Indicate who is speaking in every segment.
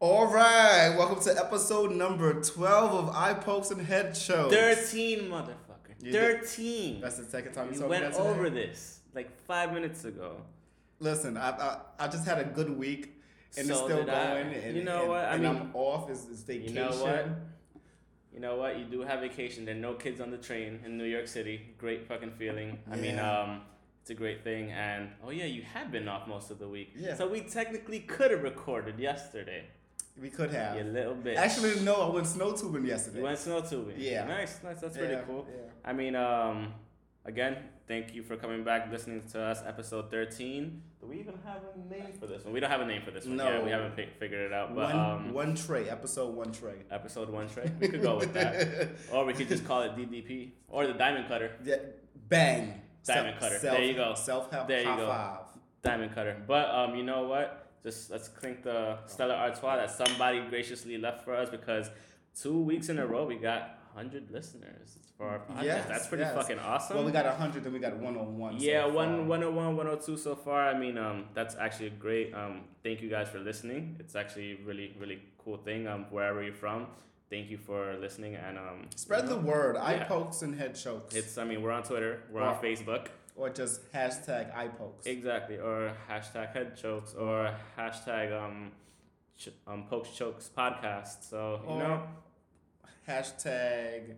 Speaker 1: All right, welcome to episode number 12 of Eye Pokes and Head Show.
Speaker 2: 13, motherfucker.
Speaker 1: You did-
Speaker 2: 13.
Speaker 1: That's the second time you
Speaker 2: we
Speaker 1: told me
Speaker 2: went
Speaker 1: that today.
Speaker 2: over this like five minutes ago.
Speaker 1: Listen, I, I I just had a good week and it's
Speaker 2: So
Speaker 1: still
Speaker 2: did
Speaker 1: going.
Speaker 2: I.
Speaker 1: And,
Speaker 2: You know
Speaker 1: and,
Speaker 2: what? I
Speaker 1: and
Speaker 2: mean-
Speaker 1: I'm off. It's, it's vacation.
Speaker 2: know what? You know what? You do have vacation. There are no kids on the train in New York City. Great fucking feeling. I mean,
Speaker 1: Yeah.
Speaker 2: um, it's a great thing. And oh yeah, you had been off most of the week.
Speaker 1: Yeah.
Speaker 2: So we technically could have recorded yesterday.
Speaker 1: We could have.
Speaker 2: You little bit.
Speaker 1: Actually, no, I went snow tubing yesterday.
Speaker 2: You went snow tubing.
Speaker 1: Yeah.
Speaker 2: Nice, nice. That's
Speaker 1: Yeah,
Speaker 2: pretty cool.
Speaker 1: yeah.
Speaker 2: I mean, um, again, thank you for coming back, listening to us, episode 13. Do we even have a name for this one? We don't have a name for this one. Yeah,
Speaker 1: No.
Speaker 2: we haven't fi- figured it out. But
Speaker 1: one,
Speaker 2: um,
Speaker 1: one tray, episode one tray.
Speaker 2: episode one, Trey, we could go with that. or we could just call it DDP or the Diamond Cutter.
Speaker 1: Yeah, bang.
Speaker 2: Diamond cutter. There you go.
Speaker 1: Self help.
Speaker 2: There you
Speaker 1: high
Speaker 2: go.
Speaker 1: five.
Speaker 2: Diamond Cutter. But um, you know what? Just let's clink the Stella Artois that somebody graciously left for us because two weeks in a row we got 100 listeners for our podcast.
Speaker 1: Yes,
Speaker 2: That's pretty
Speaker 1: yes.
Speaker 2: fucking awesome.
Speaker 1: Well, we got 100, then we got 101. so
Speaker 2: Yeah,
Speaker 1: far.
Speaker 2: one, 101, 102 so far. I mean, um, that's actually great. Um, thank you guys for listening. It's actually a really, really cool thing. Um, wherever you're from, thank you for listening. And um,
Speaker 1: Spread the word. Eye
Speaker 2: Yeah.
Speaker 1: pokes and head chokes.
Speaker 2: it's. I mean, we're on Twitter. We're on
Speaker 1: Wow.
Speaker 2: Facebook.
Speaker 1: or just hashtag eye pokes.
Speaker 2: Exactly. Or hashtag head chokes. Or hashtag um, ch- um, pokes chokes podcast. So you
Speaker 1: Or-
Speaker 2: know.
Speaker 1: hashtag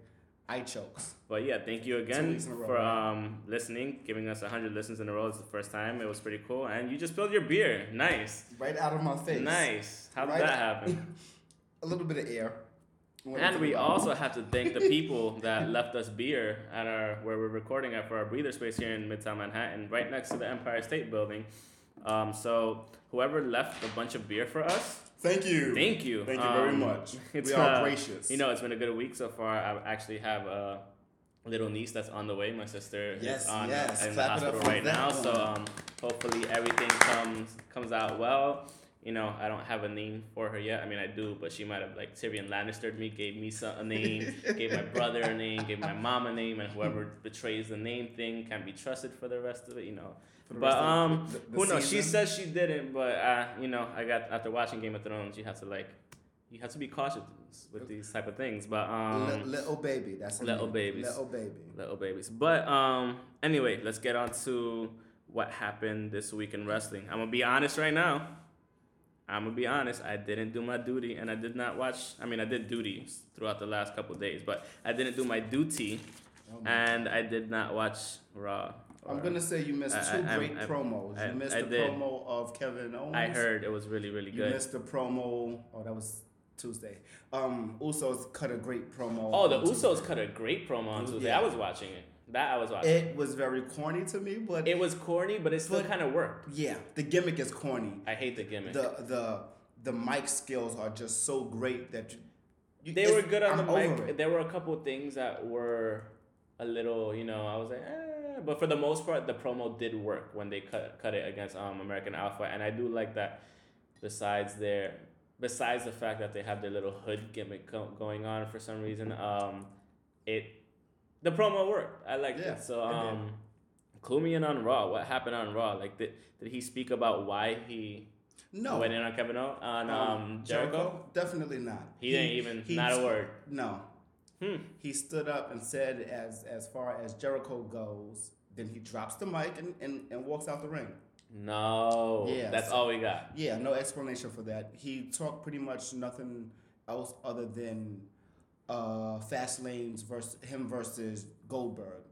Speaker 1: eye chokes.
Speaker 2: But yeah, thank you again
Speaker 1: weeks in a row,
Speaker 2: for
Speaker 1: right?
Speaker 2: um listening, giving us 100 listens in a row. It's the first time. It was pretty cool. And you just spilled your beer. Nice.
Speaker 1: Right out of my face.
Speaker 2: Nice. How did
Speaker 1: Right
Speaker 2: that
Speaker 1: out-
Speaker 2: happen?
Speaker 1: A little bit of air. Went
Speaker 2: And
Speaker 1: into
Speaker 2: we
Speaker 1: the
Speaker 2: also have to thank the people that left us beer at our where we're recording at for our breather space here in Midtown Manhattan, right next to the Empire State Building. Um, so whoever left a bunch of beer for us,
Speaker 1: Thank you.
Speaker 2: thank you.
Speaker 1: Thank you very
Speaker 2: Um,
Speaker 1: much.
Speaker 2: it's,
Speaker 1: we are
Speaker 2: uh,
Speaker 1: gracious.
Speaker 2: You know, it's been a good week so far. I actually have a little niece that's on the way. My sister
Speaker 1: Yes,
Speaker 2: is on uh,
Speaker 1: yes.
Speaker 2: in
Speaker 1: Clap it
Speaker 2: the hospital
Speaker 1: up for
Speaker 2: right
Speaker 1: that
Speaker 2: now. So
Speaker 1: one.
Speaker 2: um, hopefully everything comes comes out well. You know, I don't have a name for her yet. I mean, I do, but she might have like Tyrion Lannistered me, gave me some, a name, gave my brother a name, gave my mom a name, and whoever betrays the name thing can be trusted for the rest of it. You know,
Speaker 1: For the
Speaker 2: but
Speaker 1: rest of
Speaker 2: um,
Speaker 1: the- the
Speaker 2: who knows? She
Speaker 1: season.
Speaker 2: says she didn't, but uh, you know, I got after watching Game of Thrones, you have to like, you have to be cautious with these type of things. But um,
Speaker 1: Li- little baby. That's her
Speaker 2: little
Speaker 1: name.
Speaker 2: babies.
Speaker 1: Little baby.
Speaker 2: little babies. But um, anyway, let's get on to what happened this week in wrestling. I'm gonna be honest right now. I'm gonna be honest. I didn't do my duty, and I did not watch. I mean, I did duty throughout the last couple of days, but I didn't do my duty,
Speaker 1: Oh my-
Speaker 2: and I did not watch Raw.
Speaker 1: I'm
Speaker 2: or-
Speaker 1: gonna say you missed
Speaker 2: I-
Speaker 1: two
Speaker 2: I- I'm-
Speaker 1: great
Speaker 2: I'm-
Speaker 1: promos.
Speaker 2: I-
Speaker 1: you missed
Speaker 2: I
Speaker 1: the
Speaker 2: did.
Speaker 1: promo of Kevin Owens.
Speaker 2: I heard it was really, really
Speaker 1: You
Speaker 2: good.
Speaker 1: missed the promo. Oh, that was Tuesday. Um, Usos cut a great promo. Um,
Speaker 2: Oh, the
Speaker 1: on Tuesday.
Speaker 2: Usos cut a great promo on Tuesday.
Speaker 1: Yeah.
Speaker 2: I was watching it. That I was watching. It,
Speaker 1: It was very corny to me, but
Speaker 2: was corny, but it still
Speaker 1: But-
Speaker 2: kind of worked.
Speaker 1: yeah, the gimmick is corny.
Speaker 2: I hate the gimmick.
Speaker 1: The the the mic skills are just so great that you, you-
Speaker 2: they
Speaker 1: it's-
Speaker 2: were good on
Speaker 1: I'm
Speaker 2: the
Speaker 1: over
Speaker 2: mic.
Speaker 1: it.
Speaker 2: There were a couple of things that were a little, you know, I was like, eh. but for the most part, the promo did work when they cut cut it against um American Alpha, and I do like that. Besides their, besides the fact that they have their little hood gimmick go- going on for some reason, um, it, the promo worked. I liked
Speaker 1: Yeah,
Speaker 2: it. So
Speaker 1: it did.
Speaker 2: um, clue me in on Raw. What happened on Raw? Like did did he speak about why he
Speaker 1: no
Speaker 2: went in on Kevin Owens on
Speaker 1: Um,
Speaker 2: um Jericho?
Speaker 1: definitely not.
Speaker 2: He didn't even- not a word.
Speaker 1: No,
Speaker 2: Hmm.
Speaker 1: he stood up and said, as as far as Jericho goes, then he drops the mic and and, and walks out the ring.
Speaker 2: No.
Speaker 1: Yeah,
Speaker 2: That's
Speaker 1: so-
Speaker 2: all we got.
Speaker 1: Yeah, no explanation for that. He talked pretty much nothing else other than uh, Fast Lanes versus him versus Goldberg.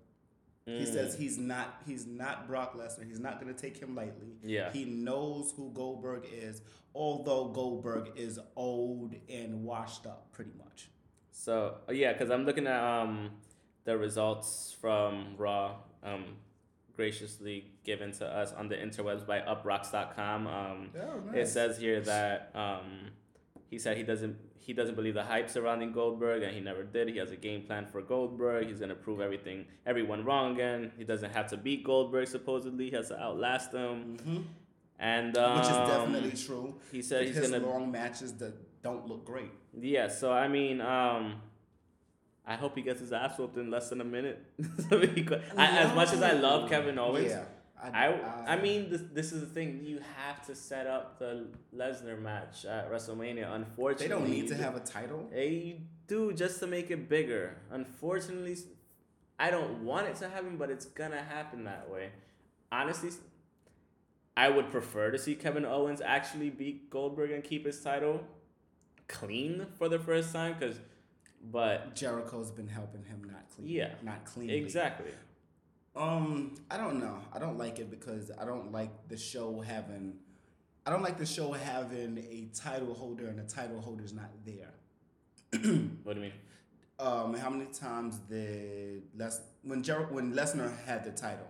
Speaker 1: He
Speaker 2: Mm.
Speaker 1: says he's not he's not Brock Lesnar. He's not going to take him lightly.
Speaker 2: Yeah.
Speaker 1: he knows who Goldberg is, although Goldberg is old and washed up, pretty much.
Speaker 2: So uh, yeah, because I'm looking at um the results from Raw um graciously given to us on the interwebs by uprocks.com. Um,
Speaker 1: Oh,
Speaker 2: It says here that um, he said he doesn't he doesn't believe the hype surrounding Goldberg and he never did. He has a game plan for Goldberg. He's gonna prove everything everyone wrong again. He doesn't have to beat Goldberg supposedly. He has to outlast him. And um,
Speaker 1: Mm-hmm. which is definitely true.
Speaker 2: he said he's
Speaker 1: his
Speaker 2: gonna
Speaker 1: long matches that don't look great.
Speaker 2: Yeah, so I mean, um, I hope he gets his ass whooped in less than a minute. So he could- I- as much as I love Kevin Owens,
Speaker 1: yeah, Um,
Speaker 2: I, I mean, this, this is the thing. You have to set up the Lesnar match at WrestleMania. Unfortunately,
Speaker 1: they don't need to have a title.
Speaker 2: They you do just to make it bigger. Unfortunately, I don't want it to happen, but it's gonna happen that way. Honestly, I would prefer to see Kevin Owens actually beat Goldberg and keep his title clean for the first time, because. But
Speaker 1: Jericho's been helping him not clean.
Speaker 2: Yeah.
Speaker 1: not clean.
Speaker 2: exactly,
Speaker 1: Um, I don't know. I don't like it because I don't like the show having. I don't like the show having a title holder and the title holder's not there.
Speaker 2: what do you mean?
Speaker 1: Um, how many times did Les when Jer- when Lesnar had the title,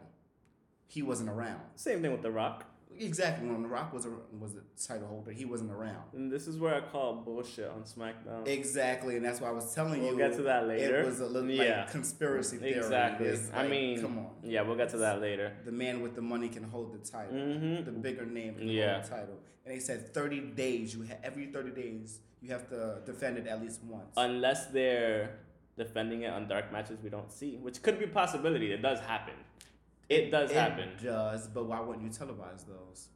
Speaker 1: he wasn't around.
Speaker 2: Same thing with The Rock.
Speaker 1: Exactly when The Rock was a, was a title holder, he wasn't around.
Speaker 2: And this is where I call bullshit on SmackDown.
Speaker 1: Exactly, and that's why I was telling
Speaker 2: We'll
Speaker 1: you.
Speaker 2: get to that later.
Speaker 1: It was a little
Speaker 2: Yeah.
Speaker 1: like conspiracy theory.
Speaker 2: Exactly.
Speaker 1: It's
Speaker 2: I
Speaker 1: like,
Speaker 2: mean,
Speaker 1: come on.
Speaker 2: yeah, we'll get to that later.
Speaker 1: The man with the money can hold the title.
Speaker 2: hmm
Speaker 1: the bigger name in the
Speaker 2: Yeah.
Speaker 1: whole title. And they said 30 days, you ha- every 30 days, you have to defend it at least once.
Speaker 2: Unless they're defending it on dark matches we don't see, which could be a possibility. It does happen. It does
Speaker 1: it
Speaker 2: happen.
Speaker 1: does, but why wouldn't you televise those?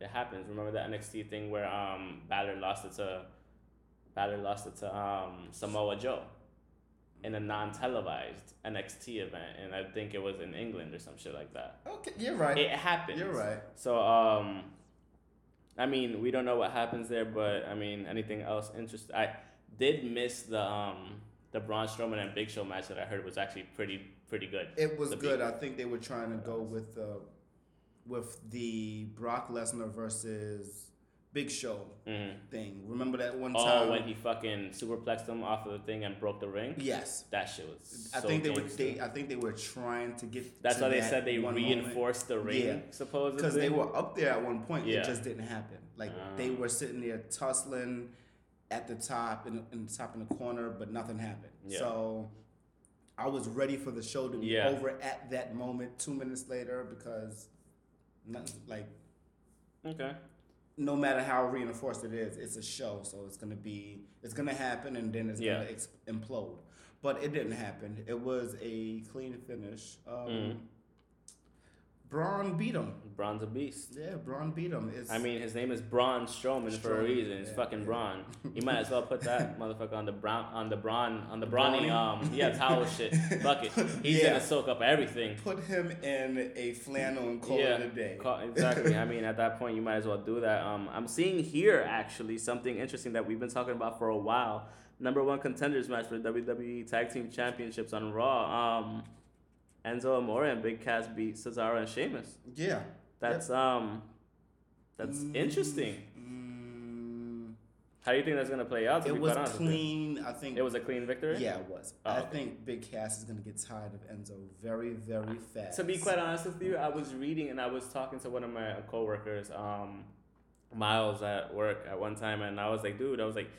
Speaker 2: It happens. Remember that NXT thing where um Balor lost it to Balor lost it to um Samoa Joe in a non televised NXT event and I think it was in England or some shit like that.
Speaker 1: Okay, you're right.
Speaker 2: It happens.
Speaker 1: you're right.
Speaker 2: So, um, I mean, we don't know what happens there, but I mean, anything else interesting? I did miss the um the Braun Strowman and Big Show match that I heard was actually pretty pretty good.
Speaker 1: It was
Speaker 2: The
Speaker 1: good.
Speaker 2: big-
Speaker 1: I think they were trying to go with the with the Brock Lesnar versus Big Show
Speaker 2: Mhm.
Speaker 1: thing. Remember that one time?
Speaker 2: Oh, when he fucking superplexed him off of the thing and broke the ring.
Speaker 1: yes.
Speaker 2: That shit was.
Speaker 1: I
Speaker 2: so
Speaker 1: think they were.
Speaker 2: gangster.
Speaker 1: They, I think they were trying to get.
Speaker 2: That's
Speaker 1: to
Speaker 2: why they
Speaker 1: that
Speaker 2: said they
Speaker 1: one moment.
Speaker 2: reinforced the ring,
Speaker 1: Yeah.
Speaker 2: supposedly.
Speaker 1: because they were up there at one point.
Speaker 2: Yeah.
Speaker 1: It just didn't happen. Like they
Speaker 2: Ah.
Speaker 1: were sitting there tussling at the top and in, the top in the corner, but nothing happened.
Speaker 2: Yeah.
Speaker 1: So I was ready for the show to be
Speaker 2: Yeah.
Speaker 1: over at that moment. Two minutes later, because nothing, like
Speaker 2: Okay.
Speaker 1: no matter how reinforced it is, it's a show, so it's gonna be it's gonna happen, and then it's
Speaker 2: Yeah.
Speaker 1: gonna ex- implode. But it didn't happen. It was a clean finish. Um,
Speaker 2: Mm.
Speaker 1: Braun beat him.
Speaker 2: Braun's a beast.
Speaker 1: Yeah, Braun beat him. It's,
Speaker 2: I mean, his name is Braun Strowman for
Speaker 1: Strowman,
Speaker 2: a reason. It's
Speaker 1: yeah,
Speaker 2: fucking
Speaker 1: yeah.
Speaker 2: Braun. You might as well put that motherfucker on the brown, on the Braun, on the brawny,
Speaker 1: Brawny?
Speaker 2: um, yeah, towel shit bucket. He's
Speaker 1: Yeah.
Speaker 2: gonna soak up everything.
Speaker 1: put him in a flannel and call
Speaker 2: yeah,
Speaker 1: it a day.
Speaker 2: Call- exactly. I mean, at that point, you might as well do that. Um, I'm seeing here actually something interesting that we've been talking about for a while. Number one contenders match for the WWE Tag Team Championships on Raw. Um, Enzo Amore and Big Cass beat Cesaro and Sheamus.
Speaker 1: yeah,
Speaker 2: That's um, that's
Speaker 1: Mm,
Speaker 2: interesting.
Speaker 1: mm,
Speaker 2: How do you think that's gonna play out? To
Speaker 1: it
Speaker 2: be
Speaker 1: was
Speaker 2: quite honest with you?
Speaker 1: clean. I think
Speaker 2: It was a clean victory.
Speaker 1: Yeah, it was.
Speaker 2: Oh,
Speaker 1: I
Speaker 2: okay.
Speaker 1: think Big Cass is gonna get tired of Enzo very, very fast.
Speaker 2: To be quite honest with you, I was reading and I was talking to one of my coworkers, um, Miles, at work at one time, and I was like, dude, I was like,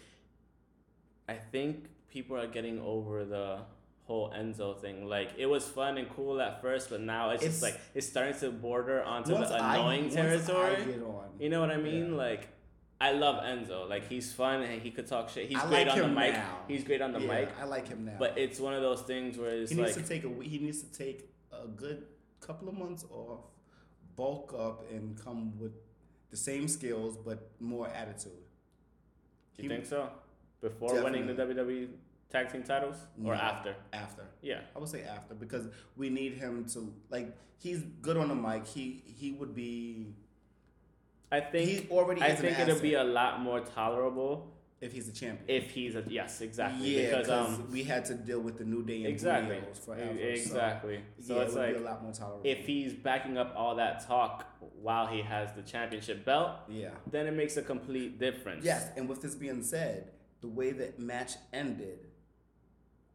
Speaker 2: I think people are getting over the whole Enzo thing. Like, it was fun and cool at first, but now it's, just
Speaker 1: It's-
Speaker 2: like it's starting to border onto
Speaker 1: Once
Speaker 2: the
Speaker 1: I-
Speaker 2: annoying
Speaker 1: once I
Speaker 2: territory.
Speaker 1: get on,
Speaker 2: you know what I mean?
Speaker 1: Yeah.
Speaker 2: Like. I love Enzo. Like he's fun and he could talk shit. He's
Speaker 1: I
Speaker 2: great
Speaker 1: like
Speaker 2: on the
Speaker 1: him
Speaker 2: mic.
Speaker 1: now.
Speaker 2: He's great on the
Speaker 1: yeah,
Speaker 2: mic.
Speaker 1: I like him now.
Speaker 2: But it's one of those things where it's
Speaker 1: he
Speaker 2: like
Speaker 1: needs to take a he needs to take a good couple of months off, bulk up, and come with the same skills but more attitude.
Speaker 2: Do
Speaker 1: He-
Speaker 2: you think so? Before winning the
Speaker 1: Definitely.
Speaker 2: WWE tag team titles or
Speaker 1: No.
Speaker 2: after?
Speaker 1: After
Speaker 2: Yeah.
Speaker 1: I would say after because we need him to like he's good on the mic. He he would be
Speaker 2: I think
Speaker 1: he already
Speaker 2: I
Speaker 1: is
Speaker 2: think
Speaker 1: an
Speaker 2: it'll be
Speaker 1: asset
Speaker 2: a lot more tolerable
Speaker 1: if he's a champion.
Speaker 2: if he's a yes, exactly.
Speaker 1: Yeah,
Speaker 2: because
Speaker 1: 'cause
Speaker 2: um
Speaker 1: we had to deal with the new day and
Speaker 2: exactly. E,
Speaker 1: Burials forever. so-
Speaker 2: exactly. So,
Speaker 1: yeah,
Speaker 2: it's
Speaker 1: it would
Speaker 2: like
Speaker 1: be a lot more tolerable.
Speaker 2: if he's backing up all that talk while he has the championship belt,
Speaker 1: yeah.
Speaker 2: then it makes a complete difference.
Speaker 1: Yes, and with this being said, the way that match ended,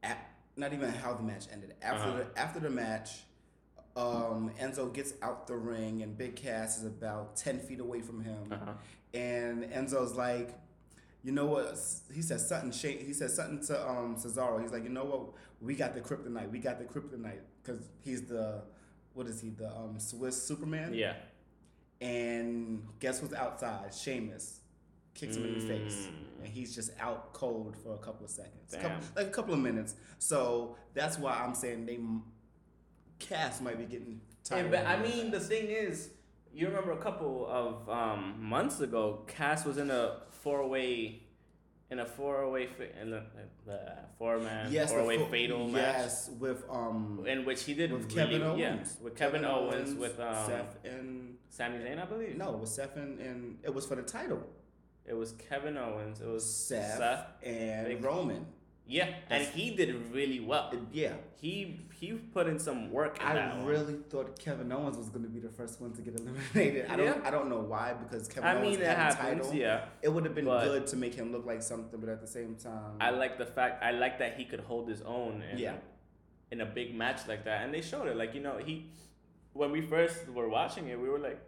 Speaker 1: at, not even how the match ended. After
Speaker 2: Uh-huh.
Speaker 1: the, after the match, um, Enzo gets out the ring, and Big Cass is about ten feet away from him,
Speaker 2: Uh-huh.
Speaker 1: and Enzo's like. You know what? He says something. Shane, he says something to um, Cesaro. He's like, you know what? We got the kryptonite. We got the kryptonite because he's the, what is he? The um, Swiss Superman.
Speaker 2: Yeah.
Speaker 1: And guess who's outside? Sheamus kicks him in the face,
Speaker 2: Mm.
Speaker 1: and he's just out cold for a couple of seconds,
Speaker 2: Damn.
Speaker 1: couple, like a couple of minutes. So that's why I'm saying they m- cast might be getting tired.
Speaker 2: And, but
Speaker 1: of
Speaker 2: I
Speaker 1: it.
Speaker 2: mean, the thing is, you remember a couple of um, months ago, Cass was in a four-way, in a four-way, fa- in the, the four-man,
Speaker 1: yes, the
Speaker 2: four-way
Speaker 1: fo-
Speaker 2: fatal
Speaker 1: Yes, with um
Speaker 2: match, in which he did
Speaker 1: with
Speaker 2: really,
Speaker 1: Kevin Owens,
Speaker 2: yeah, with Kevin, Owens, with um,
Speaker 1: Seth and
Speaker 2: Sami Zayn, I believe.
Speaker 1: no, with Seth and, and it was for the title.
Speaker 2: it was Kevin Owens. It was
Speaker 1: Seth,
Speaker 2: Seth.
Speaker 1: and
Speaker 2: Big-
Speaker 1: Roman.
Speaker 2: Yeah, and
Speaker 1: That's-
Speaker 2: he did really well.
Speaker 1: It- yeah,
Speaker 2: He he put in some work. In that
Speaker 1: I
Speaker 2: one.
Speaker 1: really thought Kevin Owens was going to be the first one to get eliminated. I don't,
Speaker 2: Yeah.
Speaker 1: I don't know why because Kevin
Speaker 2: I
Speaker 1: Owens
Speaker 2: mean, it
Speaker 1: had the
Speaker 2: happens.
Speaker 1: title.
Speaker 2: Yeah,
Speaker 1: It would have been
Speaker 2: But-
Speaker 1: good to make him look like something, but at the same time,
Speaker 2: I like the fact. I like that he could hold his own. In,
Speaker 1: Yeah.
Speaker 2: In a big match like that, and they showed it. Like you know, he when we first were watching it, we were like,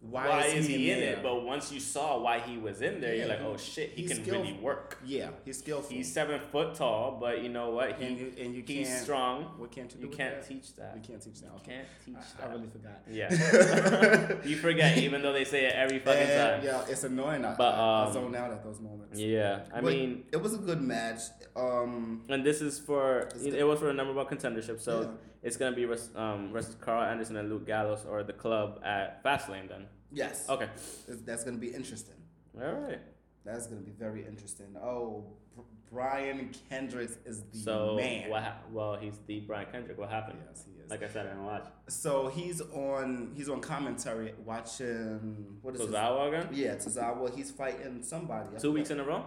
Speaker 2: "Why, is he, in
Speaker 1: there?
Speaker 2: it?" But once you saw why he was in there, you're
Speaker 1: Yeah,
Speaker 2: like,
Speaker 1: he-
Speaker 2: "Oh shit, he
Speaker 1: he's
Speaker 2: can
Speaker 1: skillful.
Speaker 2: really work."
Speaker 1: yeah, he's skillful.
Speaker 2: He's seven foot tall, but you know what? He
Speaker 1: and you, and you
Speaker 2: he's
Speaker 1: can't.
Speaker 2: strong.
Speaker 1: What can't you do?
Speaker 2: You
Speaker 1: with
Speaker 2: can't
Speaker 1: that?
Speaker 2: teach that.
Speaker 1: You can't teach that.
Speaker 2: You
Speaker 1: okay.
Speaker 2: can't teach
Speaker 1: I, I
Speaker 2: that.
Speaker 1: really forgot.
Speaker 2: Yeah. you forget, even though they say it every fucking
Speaker 1: And,
Speaker 2: time.
Speaker 1: yeah, it's annoying. I,
Speaker 2: But,
Speaker 1: I- I
Speaker 2: um,
Speaker 1: zone out at those moments.
Speaker 2: Yeah, I
Speaker 1: But
Speaker 2: mean,
Speaker 1: it was a good match. Um,
Speaker 2: and this is for
Speaker 1: It's
Speaker 2: it,
Speaker 1: good.
Speaker 2: was for a number one contendership, so
Speaker 1: Yeah.
Speaker 2: it's gonna be res- um versus Carl Anderson and Luke Gallows or the club at Fastlane then.
Speaker 1: yes,
Speaker 2: Okay,
Speaker 1: It's- that's gonna be interesting.
Speaker 2: all right.
Speaker 1: That's gonna be very interesting. Oh, Br- Brian Kendricks is the
Speaker 2: so
Speaker 1: man.
Speaker 2: what? hap well, he's the Brian Kendrick. What happened?
Speaker 1: Yes, he is.
Speaker 2: Like I said, I didn't watch.
Speaker 1: so he's on. He's on commentary watching. What is his-
Speaker 2: Tozawa again.
Speaker 1: Yeah, Tozawa. He's fighting somebody. I
Speaker 2: Two
Speaker 1: forgot.
Speaker 2: weeks in a row.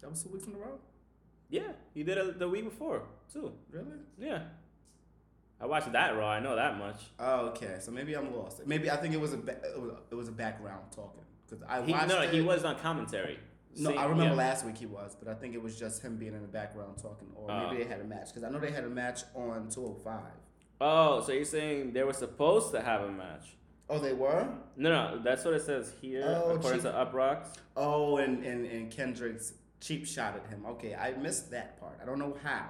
Speaker 1: That was two weeks in a row.
Speaker 2: Yeah, he did it the week before too.
Speaker 1: Really?
Speaker 2: Yeah, I watched that Raw. I know that much.
Speaker 1: Oh, okay. So maybe I'm lost. Maybe I think it was a ba- it was, it was a background talking because I
Speaker 2: He,
Speaker 1: watched.
Speaker 2: no,
Speaker 1: it.
Speaker 2: he was on commentary.
Speaker 1: No,
Speaker 2: See,
Speaker 1: I remember
Speaker 2: yeah.
Speaker 1: last week he was, but I think it was just him being in the background talking, or maybe
Speaker 2: Oh.
Speaker 1: they had a match because I know they had a match on 205.
Speaker 2: Oh, so you're saying they were supposed to have a match?
Speaker 1: Oh, they were.
Speaker 2: No, no, that's what it says here,
Speaker 1: Oh,
Speaker 2: according
Speaker 1: cheap.
Speaker 2: to UpRocks.
Speaker 1: Oh, and and and Kendrick's cheap shot at him. Okay, I missed that part. I don't know how,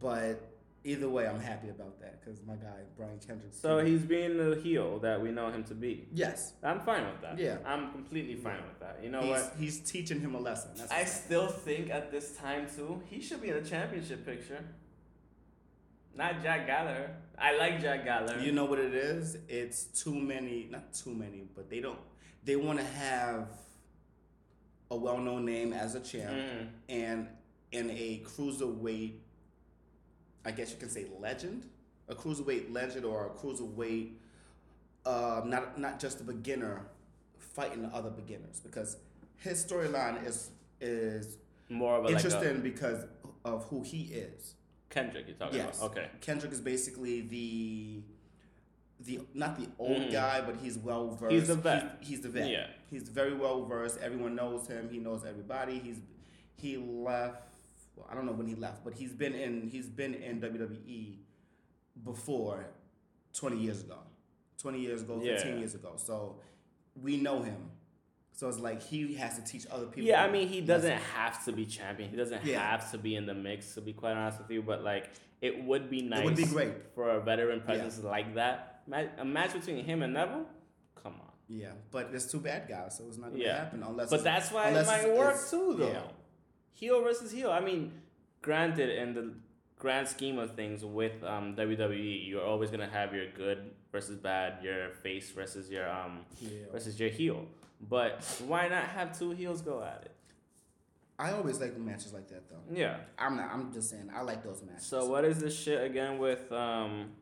Speaker 1: but either way, I'm happy about that because my guy Brian Kendrick.
Speaker 2: So he's being the heel that we know him to be.
Speaker 1: yes,
Speaker 2: I'm fine with that.
Speaker 1: Yeah.
Speaker 2: I'm completely fine with that. You know
Speaker 1: he's,
Speaker 2: what?
Speaker 1: he's teaching him a lesson. That's
Speaker 2: I
Speaker 1: what-
Speaker 2: still think at this time too, he should be in the championship picture. Not Jack Gallagher. I like Jack Gallagher.
Speaker 1: You know what it is? It's too many, not too many, but they don't. They want to have a well-known name as a champ
Speaker 2: Mm.
Speaker 1: and in a cruiserweight, I guess you can say legend, a cruiserweight legend or a cruiserweight, uh, not not just a beginner fighting other beginners because his storyline is is
Speaker 2: more of a like
Speaker 1: interesting
Speaker 2: a
Speaker 1: because of who he is.
Speaker 2: Kendrick you're talking
Speaker 1: Yes.
Speaker 2: about. Okay.
Speaker 1: Kendrick is basically the the not the old
Speaker 2: Mhm.
Speaker 1: guy, but he's well versed.
Speaker 2: He's the vet.
Speaker 1: He's, he's the vet.
Speaker 2: Yeah.
Speaker 1: He's very well versed. Everyone knows him. He knows everybody. He's he left. Well, I don't know when he left, but he's been in he's been in WWE before twenty years ago. Twenty years ago, fifteen
Speaker 2: Yeah.
Speaker 1: years ago. So we know him. So it's like he has to teach other people.
Speaker 2: Yeah, I mean, he doesn't
Speaker 1: lessons.
Speaker 2: have to be champion. He doesn't
Speaker 1: Yeah.
Speaker 2: have to be in the mix, to be quite honest with you. But like, it would be nice.
Speaker 1: would be great.
Speaker 2: for a veteran presence like that. Ma- A match between him and Neville. Come on.
Speaker 1: Yeah, but there's two bad guys, so it's not gonna
Speaker 2: Yeah.
Speaker 1: happen unless.
Speaker 2: But
Speaker 1: it's-
Speaker 2: that's why it
Speaker 1: unless
Speaker 2: might
Speaker 1: it's-
Speaker 2: work
Speaker 1: it's-
Speaker 2: too, though.
Speaker 1: yeah.
Speaker 2: Heel versus heel. I mean, granted, in the grand scheme of things with um, WWE, you're always gonna have your good versus bad, your face versus your um
Speaker 1: Yeah.
Speaker 2: versus your heel. But why not have two heels go at it?
Speaker 1: I always like matches like that though.
Speaker 2: Yeah.
Speaker 1: I'm not, I'm just saying I like those matches.
Speaker 2: So what is this shit again with um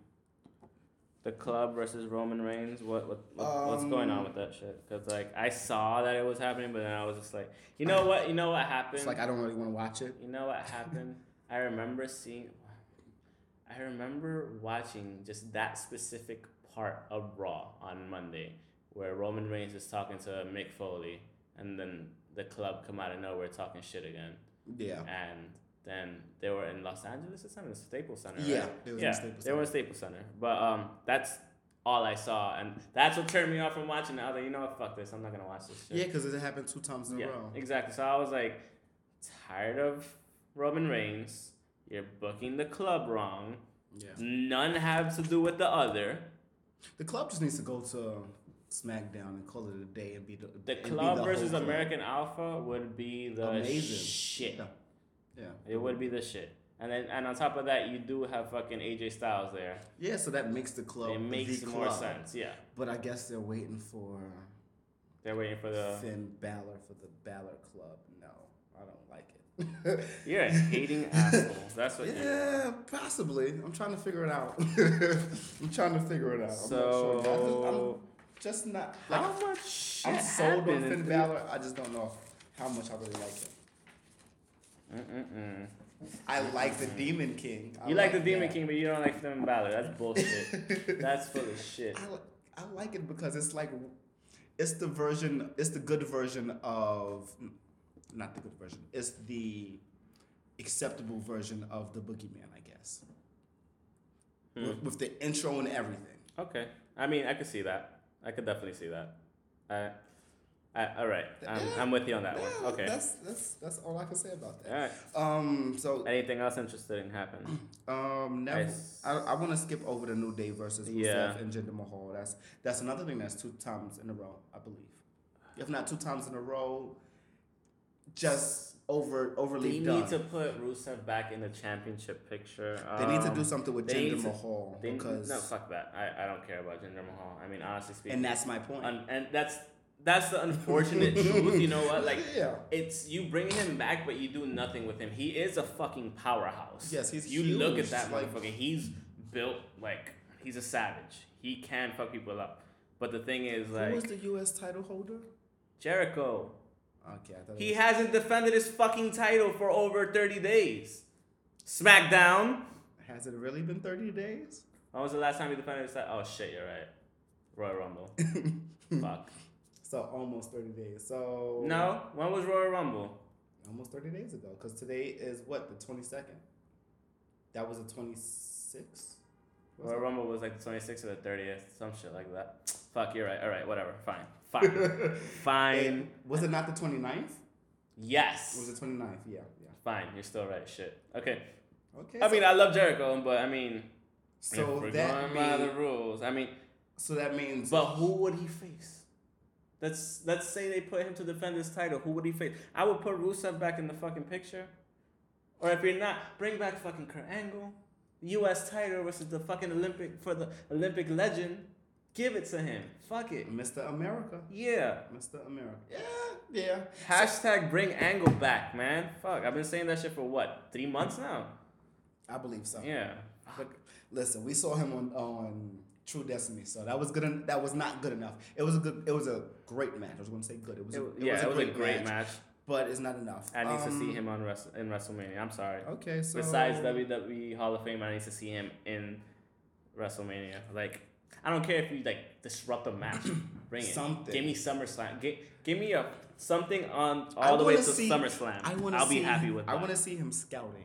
Speaker 2: the club versus Roman Reigns? What, what, what what's going on
Speaker 1: Um,
Speaker 2: with that shit? Because like I saw that it was happening, but then I was just like, you know what? You know what happened?
Speaker 1: it's like I don't really want to watch it.
Speaker 2: you know what happened? I remember seeing. I remember watching just that specific part of Raw on Monday, where Roman Reigns is talking to Mick Foley, and then the club come out of nowhere talking shit again
Speaker 1: Yeah.
Speaker 2: and then they were in Los Angeles or something, the Staples Center.
Speaker 1: Yeah,
Speaker 2: right?
Speaker 1: they was in
Speaker 2: yeah,
Speaker 1: Staples
Speaker 2: they were in Staples Center. But um, that's all I saw, and that's what turned me off from watching. it. I was like, you know what, fuck this, I'm not gonna watch this
Speaker 1: Yeah,
Speaker 2: shit.
Speaker 1: because it happened two times in a row.
Speaker 2: exactly. So I was like, tired of
Speaker 1: Mm-hmm.
Speaker 2: Roman Reigns. You're booking the club wrong.
Speaker 1: Yeah.
Speaker 2: None have to do with the other.
Speaker 1: The club just needs to go to um, SmackDown and call it a day and be the
Speaker 2: The
Speaker 1: and be
Speaker 2: club
Speaker 1: the
Speaker 2: versus
Speaker 1: whole club.
Speaker 2: American Alpha would be the
Speaker 1: Amazing.
Speaker 2: shit.
Speaker 1: Yeah.
Speaker 2: It would be the shit. And then and on top of that, you do have fucking AJ Styles there.
Speaker 1: Yeah, so that makes the club.
Speaker 2: it makes
Speaker 1: the
Speaker 2: more
Speaker 1: club.
Speaker 2: sense. Yeah,
Speaker 1: But I guess they're waiting for
Speaker 2: they're waiting for the.
Speaker 1: Finn Balor for the Balor Club. No, I don't like it.
Speaker 2: You're a hating asshole. That's what. you
Speaker 1: Yeah, possibly. I'm trying to figure it out. I'm trying to figure it out. I'm not sure.
Speaker 2: So
Speaker 1: I'm just not. Like,
Speaker 2: how much shit
Speaker 1: I'm sold on
Speaker 2: happened in
Speaker 1: Finn
Speaker 2: three-
Speaker 1: Balor. I just don't know how much I really like him.
Speaker 2: Mm-mm-mm.
Speaker 1: I like the Demon King. I
Speaker 2: Mm-hmm. You like the Demon
Speaker 1: that.
Speaker 2: King, but you don't like Finn Balor. That's bullshit. That's full of shit.
Speaker 1: I, li- I like it because it's like it's the version it's the good version of not the good version it's the acceptable version of the boogeyman i guess
Speaker 2: Hmm.
Speaker 1: with, with the intro and everything
Speaker 2: Okay. I mean, I could see that. I could definitely see that. I, I, all right. I'm, I'm with you on that
Speaker 1: Yeah,
Speaker 2: one. Okay.
Speaker 1: that's that's that's all i can say about
Speaker 2: All
Speaker 1: that
Speaker 2: right.
Speaker 1: um so
Speaker 2: Anything else interesting happen?
Speaker 1: Um,
Speaker 2: I
Speaker 1: Neville,
Speaker 2: s-
Speaker 1: I, I, want to skip over the New Day versus Rusev
Speaker 2: Yeah.
Speaker 1: and Jinder Mahal. That's that's another thing that's two times in a row, I believe. If not two times in a row, just over overly
Speaker 2: They
Speaker 1: done.
Speaker 2: need to put Rusev back in the championship picture.
Speaker 1: they need to
Speaker 2: Um,
Speaker 1: do something with
Speaker 2: they need
Speaker 1: Jinder
Speaker 2: to-
Speaker 1: Mahal
Speaker 2: They,
Speaker 1: because,
Speaker 2: no, fuck that. I, I don't care about Jinder Mahal. I mean, honestly speaking,
Speaker 1: and that's my point.
Speaker 2: un, and that's that's the unfortunate truth. You know what? Like,
Speaker 1: yeah,
Speaker 2: it's you bring him back, but you do nothing with him. He is a fucking powerhouse.
Speaker 1: Yes, he's
Speaker 2: You look
Speaker 1: huge,
Speaker 2: at that
Speaker 1: like-
Speaker 2: motherfucker. He's built like he's a savage. He can fuck people up. But the thing is,
Speaker 1: who
Speaker 2: like
Speaker 1: was the U.S. title holder?
Speaker 2: Jericho,
Speaker 1: Okay, I thought
Speaker 2: he
Speaker 1: it
Speaker 2: hasn't defended his fucking title for over thirty days. SmackDown.
Speaker 1: was, has it really been thirty days?
Speaker 2: When was the last time he defended his title? Oh shit, you're right. Royal Rumble. Fuck.
Speaker 1: so almost thirty days. So
Speaker 2: No. When was Royal Rumble?
Speaker 1: almost 30 days ago because today is what the 22nd that was the 26th
Speaker 2: Royal Rumble was like the 26th or the 30th, some shit like that. Fuck, you're right. All right, whatever. Fine. Fine. Fine.
Speaker 1: and was it not the 29th it was
Speaker 2: Yes.
Speaker 1: the 29th yeah yeah
Speaker 2: Fine. You're still right. Shit. Okay.
Speaker 1: okay
Speaker 2: I mean, I love Jericho, but I mean,
Speaker 1: so
Speaker 2: if we're
Speaker 1: that
Speaker 2: going by the
Speaker 1: mean-
Speaker 2: rules, I mean,
Speaker 1: so that means
Speaker 2: but who would he face? Let's let's say they put him to defend his title. Who would he face? I would put Rusev back in the fucking picture, or if you're not, bring back fucking Kurt Angle, U.S. title versus the fucking Olympic for the Olympic legend. Give it to him. Fuck it.
Speaker 1: mr america
Speaker 2: Yeah.
Speaker 1: mr america yeah yeah
Speaker 2: Hashtag bring Angle back, man. Fuck, I've been saying that shit for what three months now.
Speaker 1: i believe so Ah,
Speaker 2: Yeah.
Speaker 1: but listen we saw him on on True Destiny, so that was good. En- that was not good enough. It was a good. It was a great match. I was going to say good. It was.
Speaker 2: It,
Speaker 1: A,
Speaker 2: wa- yeah, it was a great, match.
Speaker 1: but it's not enough.
Speaker 2: I need to see
Speaker 1: Um, Oh.
Speaker 2: him on Wrest- in WrestleMania. I'm sorry.
Speaker 1: Okay, so
Speaker 2: Besides E. WWE Hall of Fame, I need to see him in WrestleMania. Like, I don't care if you like disrupt a match. Bring it.
Speaker 1: Something.
Speaker 2: Give me SummerSlam. Give, give me a something on
Speaker 1: I
Speaker 2: all the way to
Speaker 1: wanna see-
Speaker 2: SummerSlam.
Speaker 1: I want to.
Speaker 2: I'll be happy with
Speaker 1: I
Speaker 2: that.
Speaker 1: want to see him scouting.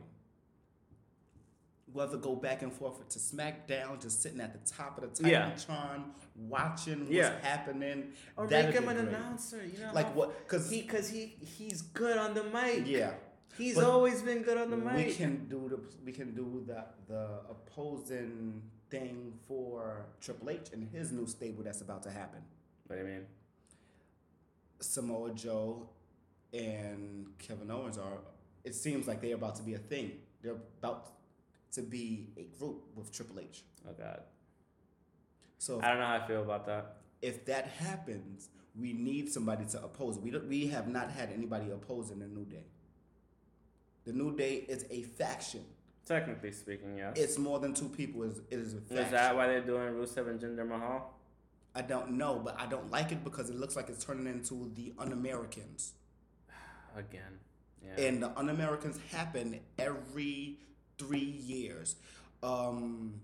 Speaker 1: Whether go back and forth to SmackDown, just sitting at the top of the
Speaker 2: Yeah.
Speaker 1: Titantron, watching what's
Speaker 2: Yeah.
Speaker 1: happening.
Speaker 2: or
Speaker 1: That'd
Speaker 2: make him
Speaker 1: be
Speaker 2: an
Speaker 1: great.
Speaker 2: announcer. You know,
Speaker 1: Like what? Because
Speaker 2: He, cause he, he's good on the mic.
Speaker 1: yeah,
Speaker 2: He's
Speaker 1: But
Speaker 2: always been good on the mic.
Speaker 1: we can do the we can do the the opposing thing for Triple H and his new stable that's about to happen.
Speaker 2: what do you mean?
Speaker 1: Samoa Joe and Kevin Owens are. It seems like they're about to be a thing. They're about to be a group with Triple H.
Speaker 2: Oh God,
Speaker 1: So
Speaker 2: I don't know how I feel about that.
Speaker 1: if that happens, we need somebody to oppose. We don't, we have not had anybody opposing the New Day. The New Day is a faction.
Speaker 2: Technically speaking, yeah.
Speaker 1: It's more than two people. It's- It is a faction.
Speaker 2: Is that why they're doing Rusev and Jinder Mahal?
Speaker 1: I don't know, but I don't like it because it looks like it's turning into the un-Americans.
Speaker 2: Again. Yeah.
Speaker 1: and the un-americans happen every three years um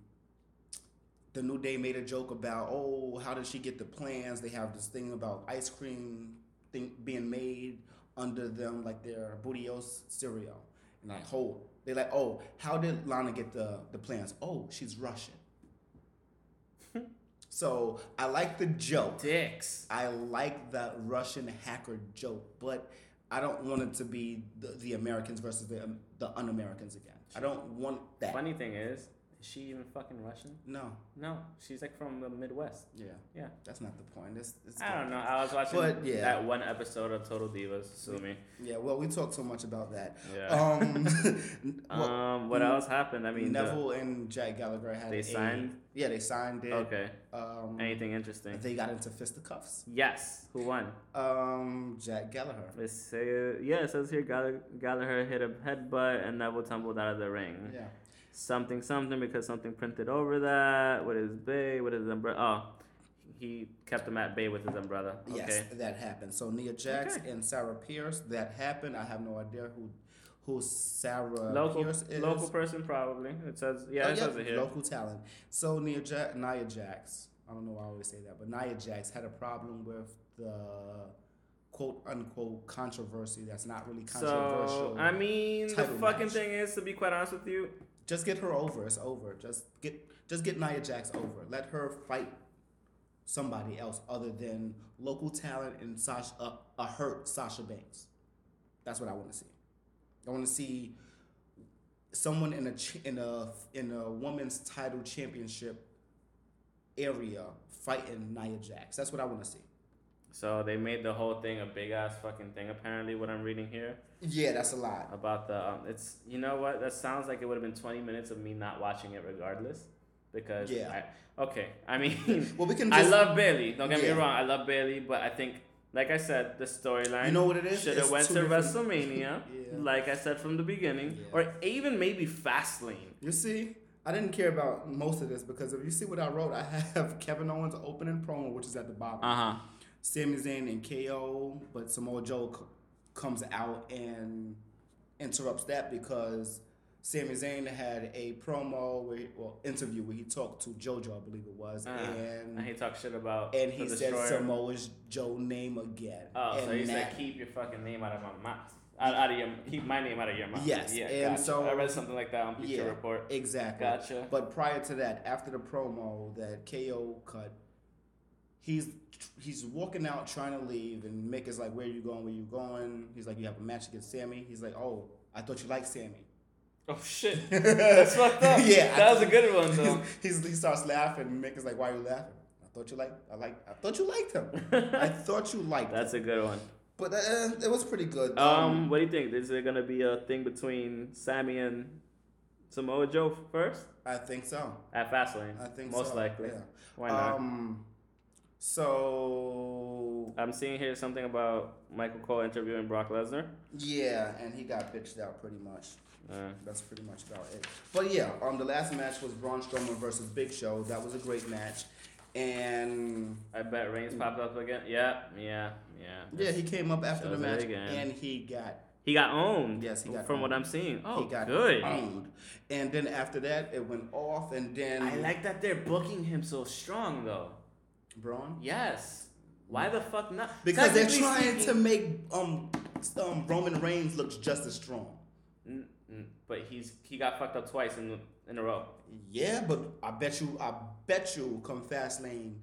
Speaker 1: the new day made a joke about oh how did she get the plans they have this thing about ice cream thing being made under them like their burritos cereal and like oh they like oh how did lana get the the plans oh she's russian so i like the joke
Speaker 2: Dicks.
Speaker 1: I like that Russian hacker joke, but I don't want it to um, be the, the Americans versus the, the un Americans again. I don't want that.
Speaker 2: Funny thing is, Is she even fucking Russian?
Speaker 1: No.
Speaker 2: No, she's like from the Midwest.
Speaker 1: Yeah.
Speaker 2: Yeah.
Speaker 1: That's not the point. It's, it's
Speaker 2: I don't know. I was watching
Speaker 1: But, yeah.
Speaker 2: that one episode of Total Divas. Sue me.
Speaker 1: Yeah. Well, we talked so much about that.
Speaker 2: Yeah.
Speaker 1: Um. well,
Speaker 2: um, what
Speaker 1: mm,
Speaker 2: else happened? I mean, the-
Speaker 1: Neville and Jack Gallagher had
Speaker 2: They
Speaker 1: a-
Speaker 2: signed?
Speaker 1: Yeah, they signed it.
Speaker 2: okay.
Speaker 1: Um,
Speaker 2: Anything interesting?
Speaker 1: They got into fisticuffs.
Speaker 2: Yes. Who won?
Speaker 1: Um, Jack Gallagher.
Speaker 2: Let's say, yeah, it says here Gall- Gallagher hit a headbutt and Neville tumbled out of the ring.
Speaker 1: Yeah.
Speaker 2: Something, something, because something printed over that. What is bay? What is umbrella? Oh, he kept him at bay with his umbrella. Okay.
Speaker 1: Yes, that happened. So Nia Jax
Speaker 2: Okay.
Speaker 1: and Sarah Pierce, that happened. I have no idea who who Sarah
Speaker 2: Local,
Speaker 1: Pierce is.
Speaker 2: local person probably. It says, yeah,
Speaker 1: Oh,
Speaker 2: it says it here.
Speaker 1: local talent. So Nia, ja- Nia Jax, I don't know why I always say that, but Nia Jax had a problem with the quote unquote controversy that's not really controversial.
Speaker 2: So I mean, the
Speaker 1: title
Speaker 2: fucking
Speaker 1: match.
Speaker 2: thing is, to be quite honest with you,
Speaker 1: just get her over. It's over. Just get just get Nia Jax over. Let her fight somebody else other than local talent and Sasha a, a hurt Sasha Banks. That's what I want to see. I want to see someone in a ch- in a in a women's title championship area fighting Nia Jax. That's what I want to see.
Speaker 2: so they made the whole thing a big ass fucking thing. Apparently, what I'm reading here
Speaker 1: Yeah, that's a lot.
Speaker 2: about the um, it's you know what that sounds like it would have been 20 minutes of me not watching it regardless because
Speaker 1: Yeah.
Speaker 2: I, okay. I mean,
Speaker 1: Well, we can.
Speaker 2: I
Speaker 1: Just,
Speaker 2: love Bailey. Don't get
Speaker 1: Yeah.
Speaker 2: me wrong, I love Bailey, but I think like I said, the storyline
Speaker 1: You know what it is?
Speaker 2: should have
Speaker 1: It's
Speaker 2: went
Speaker 1: two
Speaker 2: to
Speaker 1: different-
Speaker 2: WrestleMania,
Speaker 1: Yeah.
Speaker 2: like I said from the beginning,
Speaker 1: Yeah.
Speaker 2: or even maybe Fastlane.
Speaker 1: You see, I didn't care about most of this because if you see what I wrote, I have Kevin Owens opening promo, which is at the bottom.
Speaker 2: Uh huh.
Speaker 1: Sami Zayn and KO, but Samoa Joe c- comes out and interrupts that because Sami Zayn had a promo where, well, interview where he talked to JoJo, I believe it was,
Speaker 2: and
Speaker 1: and
Speaker 2: he talks shit about
Speaker 1: and
Speaker 2: Ah, the
Speaker 1: he said
Speaker 2: destroyer.
Speaker 1: Samoa Joe name again.
Speaker 2: Oh,
Speaker 1: and
Speaker 2: so he's
Speaker 1: that-
Speaker 2: like, keep your fucking name out of my mouth. Out, out of your, keep my name out of your mouth.
Speaker 1: Yes,
Speaker 2: Yeah,
Speaker 1: and
Speaker 2: gotcha.
Speaker 1: so-
Speaker 2: I read something like that on Picture
Speaker 1: Yeah.
Speaker 2: Report.
Speaker 1: Exactly.
Speaker 2: Gotcha.
Speaker 1: But prior to that, after the promo that KO cut, he's he's walking out trying to leave, and Mick is like, "Where you going? Where you going?" He's like, "You have a match against Sammy." He's like, "Oh, I thought you liked Sammy."
Speaker 2: Oh shit, that's fucked up.
Speaker 1: Yeah,
Speaker 2: that
Speaker 1: I-
Speaker 2: was a good one
Speaker 1: He's,
Speaker 2: though.
Speaker 1: he's- he starts laughing. and Mick is like, "Why are you laughing?" I thought you like I like I thought you liked him. I thought you liked. him.
Speaker 2: That's a good one.
Speaker 1: But uh, it was pretty good.
Speaker 2: Um, what do you think? Is there gonna be a thing between Sammy and Samoa Joe first
Speaker 1: I think so.
Speaker 2: at Fastlane?
Speaker 1: I think
Speaker 2: most
Speaker 1: so,
Speaker 2: likely.
Speaker 1: yeah.
Speaker 2: Why not?
Speaker 1: Um, so
Speaker 2: I'm seeing here something about Michael Cole interviewing Brock Lesnar.
Speaker 1: yeah, and he got bitched out pretty much.
Speaker 2: Uh,
Speaker 1: That's pretty much about it. But yeah, um, the last match was Braun Strowman versus Big Show. That was a great match, and
Speaker 2: I bet Reigns popped up again. Yeah, yeah, yeah.
Speaker 1: Hmm. yeah, he came up after the
Speaker 2: Shows it
Speaker 1: match
Speaker 2: again.
Speaker 1: and he got
Speaker 2: He got owned.
Speaker 1: Yes, he got
Speaker 2: From what
Speaker 1: owned.
Speaker 2: I'm seeing. Oh,
Speaker 1: he got
Speaker 2: good.
Speaker 1: owned. And then after that, it went off, and then
Speaker 2: I like that they're booking him so strong though.
Speaker 1: Braun
Speaker 2: Yes. Why the fuck not?
Speaker 1: because they're
Speaker 2: Technically
Speaker 1: trying to
Speaker 2: speaking-
Speaker 1: make um, um Roman Reigns looks just as strong.
Speaker 2: N- n- But he's he got fucked up twice in in a row.
Speaker 1: Yeah, but I bet you, I bet you, come Fastlane,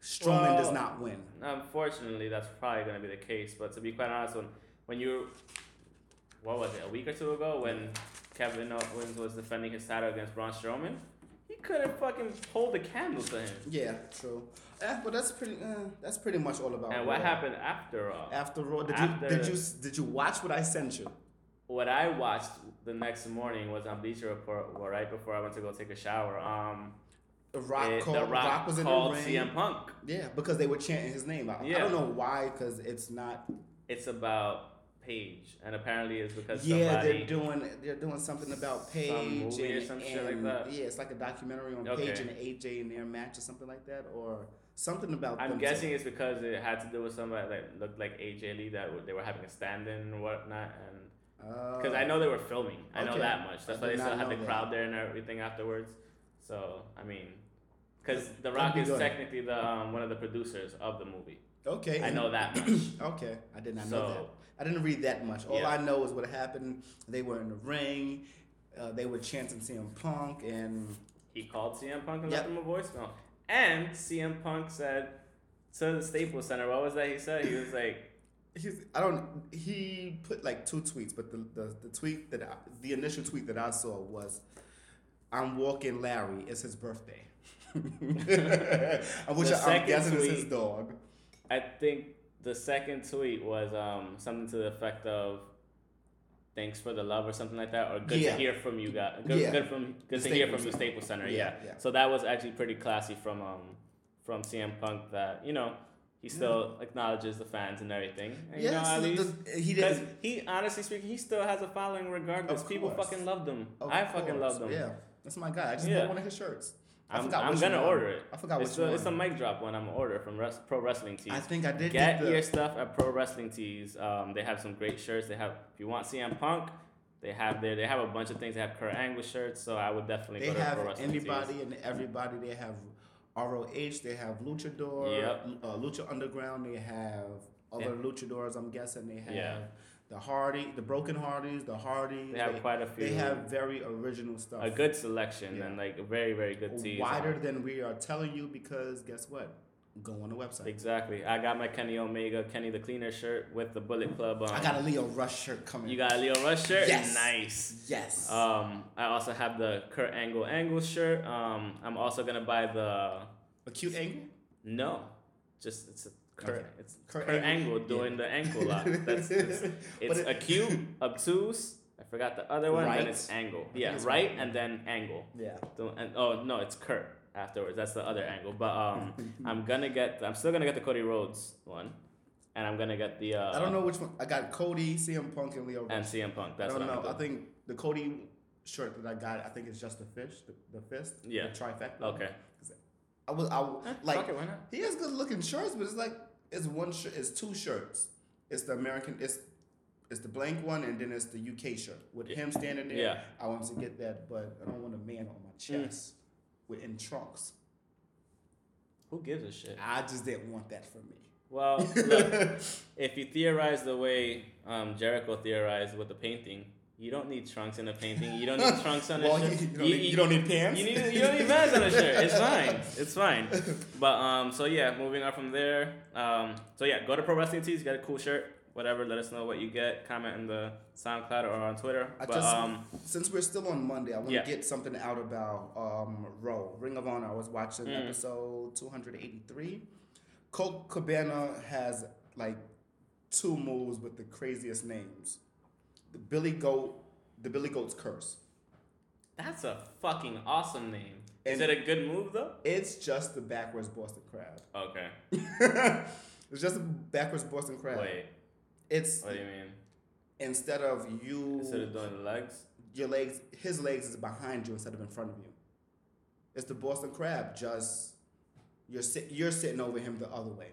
Speaker 1: Strowman
Speaker 2: Well-
Speaker 1: does not win.
Speaker 2: Unfortunately, that's probably gonna be the case. But to be quite honest, when when you what was it a week or two ago when Kevin Owens was defending his title against Braun Strowman, he couldn't fucking hold a candle to him.
Speaker 1: Yeah, true. Eh, but that's pretty. Uh, that's pretty much all about.
Speaker 2: And what
Speaker 1: Raw.
Speaker 2: happened after all?
Speaker 1: After all, did
Speaker 2: After-
Speaker 1: you did you did you watch what I sent you?
Speaker 2: what I watched the next morning was on Bleacher Report, well, right before I went to go take a shower. Um,
Speaker 1: The Rock
Speaker 2: it-
Speaker 1: called.
Speaker 2: the Rock,
Speaker 1: was in
Speaker 2: called
Speaker 1: the ring.
Speaker 2: CM Punk.
Speaker 1: Yeah, because they were chanting his name. I, I
Speaker 2: Yeah.
Speaker 1: don't know why, because it's not.
Speaker 2: It's about Paige, and apparently it's because
Speaker 1: yeah,
Speaker 2: somebody.
Speaker 1: they're doing they're doing something about Paige
Speaker 2: movie or
Speaker 1: and,
Speaker 2: some shit like
Speaker 1: and-
Speaker 2: that.
Speaker 1: yeah, it's like a documentary on
Speaker 2: Okay.
Speaker 1: Paige and AJ and their match or something like that, or something about.
Speaker 2: I'm
Speaker 1: them
Speaker 2: guessing
Speaker 1: two.
Speaker 2: it's because it had to do with somebody that looked like AJ Lee that w- they were having a stand-in and whatnot, and because I know they were filming, I know
Speaker 1: Uh, okay.
Speaker 2: that much.
Speaker 1: I
Speaker 2: That's why
Speaker 1: did
Speaker 2: they still
Speaker 1: not
Speaker 2: had
Speaker 1: know
Speaker 2: the
Speaker 1: that.
Speaker 2: crowd there and everything afterwards. So I mean, because The
Speaker 1: That'd
Speaker 2: Rock
Speaker 1: be
Speaker 2: is
Speaker 1: good.
Speaker 2: technically the um, one of the producers of the movie.
Speaker 1: Uh, okay,
Speaker 2: I
Speaker 1: and-
Speaker 2: know that much.
Speaker 1: Okay, I did not
Speaker 2: So-
Speaker 1: know that. I didn't read that much. All
Speaker 2: Yeah.
Speaker 1: I know is what happened. They were in the ring. Uh, they were chanting CM Punk, and
Speaker 2: He called CM Punk and
Speaker 1: Yep.
Speaker 2: left him a voicemail. And CM Punk said to the Staples Center, what was that he said? He was like,
Speaker 1: he's, I don't. He put like two tweets, but the the, the tweet that I, the initial tweet that I saw was I'm walking Larry. It's his birthday. I wish I, am
Speaker 2: second
Speaker 1: guessing it's his
Speaker 2: tweet-
Speaker 1: dog.
Speaker 2: I think the second tweet was um, something to the effect of "Thanks for the love" or something like that, or "Good
Speaker 1: Yeah.
Speaker 2: to hear from you guys." Good,
Speaker 1: Yeah.
Speaker 2: good from good
Speaker 1: The
Speaker 2: to hear
Speaker 1: Staples
Speaker 2: from the
Speaker 1: Center.
Speaker 2: Staples Center.
Speaker 1: Yeah,
Speaker 2: Yeah.
Speaker 1: yeah.
Speaker 2: So that was actually pretty classy from um, from CM Punk that you know he still acknowledges the fans and everything. And, you know,
Speaker 1: Yes,
Speaker 2: at
Speaker 1: the-
Speaker 2: least.
Speaker 1: the- he
Speaker 2: because
Speaker 1: didn't.
Speaker 2: he, honestly speaking, he still has a following regardless.
Speaker 1: Of
Speaker 2: People
Speaker 1: course.
Speaker 2: fucking loved him.
Speaker 1: Of
Speaker 2: I fucking
Speaker 1: course,
Speaker 2: loved him.
Speaker 1: Yeah, that's my guy. I just
Speaker 2: Yeah.
Speaker 1: bought one of his shirts. I
Speaker 2: I'm,
Speaker 1: forgot
Speaker 2: I'm
Speaker 1: which
Speaker 2: gonna
Speaker 1: one.
Speaker 2: order it.
Speaker 1: I forgot
Speaker 2: it's
Speaker 1: which
Speaker 2: a,
Speaker 1: one.
Speaker 2: It's a mic drop one I'm gonna order from res- Pro Wrestling Tees.
Speaker 1: I think I did
Speaker 2: Get
Speaker 1: get the.
Speaker 2: your stuff at Pro Wrestling Tees. Um, they have some great shirts. They have if you want CM Punk, they have there. They have a bunch of things. They have Kurt Angle shirts. So I would definitely
Speaker 1: They
Speaker 2: go to
Speaker 1: have
Speaker 2: Pro Wrestling
Speaker 1: anybody
Speaker 2: Tees.
Speaker 1: and everybody. They have ROH. They have Luchador.
Speaker 2: Yep.
Speaker 1: Uh, Lucha Underground. They have other luchadors. I'm guessing they have
Speaker 2: Yeah.
Speaker 1: the Hardy, the Broken Hardys, the Hardys.
Speaker 2: They have quite a
Speaker 1: They
Speaker 2: few.
Speaker 1: have very original stuff.
Speaker 2: A good selection
Speaker 1: Yeah.
Speaker 2: and like a very very good tees.
Speaker 1: wider
Speaker 2: Um,
Speaker 1: than we are telling you because guess what? Go on the website.
Speaker 2: Exactly. I got my Kenny Omega, Kenny the Cleaner shirt with the Bullet Club. Um,
Speaker 1: I got a Leo Rush shirt coming.
Speaker 2: you got a Leo Rush shirt.
Speaker 1: Yes.
Speaker 2: Nice.
Speaker 1: yes.
Speaker 2: Um, I also have the Kurt Angle Angle shirt. Um, I'm also gonna buy the
Speaker 1: a cute angle.
Speaker 2: no, just it's a Kurt.
Speaker 1: Okay.
Speaker 2: It's
Speaker 1: Kurt
Speaker 2: Kurt,
Speaker 1: Angle,
Speaker 2: Angle,
Speaker 1: yeah.
Speaker 2: doing the ankle lock. That's it's, it's
Speaker 1: it-
Speaker 2: acute, obtuse. I forgot the other one.
Speaker 1: Right.
Speaker 2: Then it's angle.
Speaker 1: think
Speaker 2: Yeah,
Speaker 1: it's
Speaker 2: right,
Speaker 1: right.
Speaker 2: and then angle.
Speaker 1: Yeah.
Speaker 2: The- and, oh no, it's Kurt afterwards. That's the other angle. But um, I'm gonna get. I'm still gonna get the Cody Rhodes one, and I'm gonna get the. Uh,
Speaker 1: I don't know which one. I got Cody, CM Punk, and Leo Rush.
Speaker 2: And CM Punk. That's
Speaker 1: I don't
Speaker 2: what
Speaker 1: know.
Speaker 2: I'm
Speaker 1: I
Speaker 2: gonna do.
Speaker 1: think the Cody shirt that I got, I think it's just the fish, the, the fist,
Speaker 2: Yeah.
Speaker 1: the trifecta.
Speaker 2: Okay.
Speaker 1: I was, I w- like,
Speaker 2: Eh, Fuck it, why not?
Speaker 1: he has good looking shirts, but it's like it's one shirt, it's two shirts. It's the American, it's it's the blank one, and then it's the UK shirt with him standing there.
Speaker 2: Yeah.
Speaker 1: I want to get that, but I don't want a man on my chest with in trunks.
Speaker 2: Who gives a shit?
Speaker 1: I just didn't want that for me.
Speaker 2: Well, look, if you theorize the way um, Jericho theorized with the painting, you don't need trunks in a painting. You don't need trunks on a
Speaker 1: Well,
Speaker 2: shirt.
Speaker 1: you- you don't need- you don't need pants?
Speaker 2: You, need, you don't need pants on a shirt. It's fine. It's fine. But um, so yeah, moving on from there. Um, so yeah, go to Pro Wrestling Tees, get a cool shirt, whatever. Let us know what you get. Comment in the SoundCloud or on Twitter.
Speaker 1: I
Speaker 2: but
Speaker 1: just
Speaker 2: um,
Speaker 1: since we're still on Monday, I want to
Speaker 2: Yeah.
Speaker 1: get something out about um Row Ring of Honor. I was watching
Speaker 2: Mm.
Speaker 1: episode two hundred eighty three. Colt Cabana has like two moves with the craziest names. The Billy Goat, the Billy Goat's curse.
Speaker 2: that's a fucking awesome name. Is
Speaker 1: And-
Speaker 2: it a good move though?
Speaker 1: It's just the backwards Boston crab.
Speaker 2: Okay.
Speaker 1: it's just the backwards Boston crab.
Speaker 2: Wait.
Speaker 1: It's
Speaker 2: What do you mean?
Speaker 1: instead of you
Speaker 2: Instead of doing the legs.
Speaker 1: your legs his legs is behind you instead of in front of you. It's the Boston crab. Just you're sit, you're sitting over him the other way.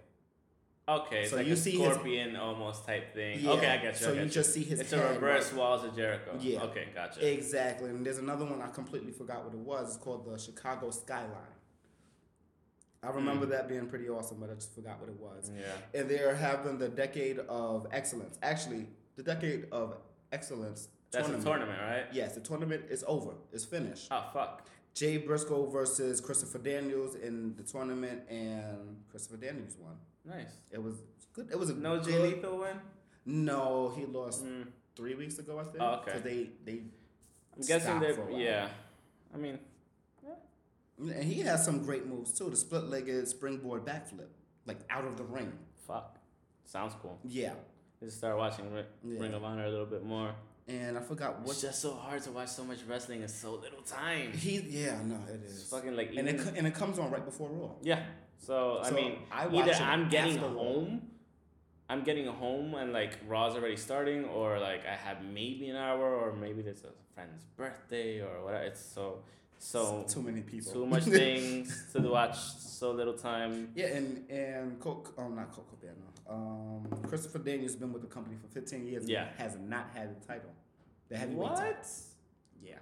Speaker 2: Okay, it's
Speaker 1: So
Speaker 2: like
Speaker 1: you
Speaker 2: a
Speaker 1: see his-
Speaker 2: scorpion almost type thing.
Speaker 1: Yeah,
Speaker 2: Okay, I get you.
Speaker 1: so
Speaker 2: I
Speaker 1: you
Speaker 2: get
Speaker 1: just see his
Speaker 2: It's
Speaker 1: head,
Speaker 2: a reverse
Speaker 1: right?
Speaker 2: walls of Jericho.
Speaker 1: Yeah.
Speaker 2: Okay, gotcha.
Speaker 1: Exactly. And there's another one I completely forgot what it was. It's called the Chicago Skyline. I remember that being pretty awesome, but I just forgot what it was.
Speaker 2: Hmm. Yeah.
Speaker 1: And they're having the decade of excellence. Actually, the decade of excellence.
Speaker 2: That's a tournament, right?
Speaker 1: Yes, the tournament is over. It's finished.
Speaker 2: Oh fuck.
Speaker 1: Jay Briscoe versus Christopher Daniels in the tournament, and Christopher Daniels won.
Speaker 2: Nice.
Speaker 1: It was good. It was a
Speaker 2: No
Speaker 1: good,
Speaker 2: Jay Lethal win?
Speaker 1: No, he lost
Speaker 2: Mm.
Speaker 1: three weeks ago, I think.
Speaker 2: Oh, okay.
Speaker 1: 'Cause they they.
Speaker 2: I'm guessing
Speaker 1: stopped
Speaker 2: they're
Speaker 1: for a while.
Speaker 2: yeah. I mean
Speaker 1: And he has some great moves too. The split legged springboard backflip, like out of the ring.
Speaker 2: fuck. Sounds cool.
Speaker 1: Yeah.
Speaker 2: Just start watching Ri-
Speaker 1: Yeah.
Speaker 2: Ring of Honor a little bit more.
Speaker 1: And I forgot
Speaker 2: It's
Speaker 1: what
Speaker 2: just so hard to watch so much wrestling in so little time.
Speaker 1: he. Yeah, no, it
Speaker 2: It's
Speaker 1: is.
Speaker 2: fucking like
Speaker 1: And it
Speaker 2: even-
Speaker 1: co- and it comes on right before Raw.
Speaker 2: Yeah. So, I
Speaker 1: So,
Speaker 2: mean,
Speaker 1: I watch
Speaker 2: either
Speaker 1: it
Speaker 2: I'm getting
Speaker 1: after work.
Speaker 2: home, I'm getting home, and like Raw's already starting, or like I have maybe an hour, or maybe there's a friend's birthday or whatever. It's so so
Speaker 1: It's too many people.
Speaker 2: too much things to watch, so little time.
Speaker 1: Yeah, and and Coke, um, not Coke Cabana. Um, Christopher Daniels been with the company for 15 years. and
Speaker 2: Yeah.
Speaker 1: has not had the title. The heavyweight title.
Speaker 2: What?
Speaker 1: Yeah,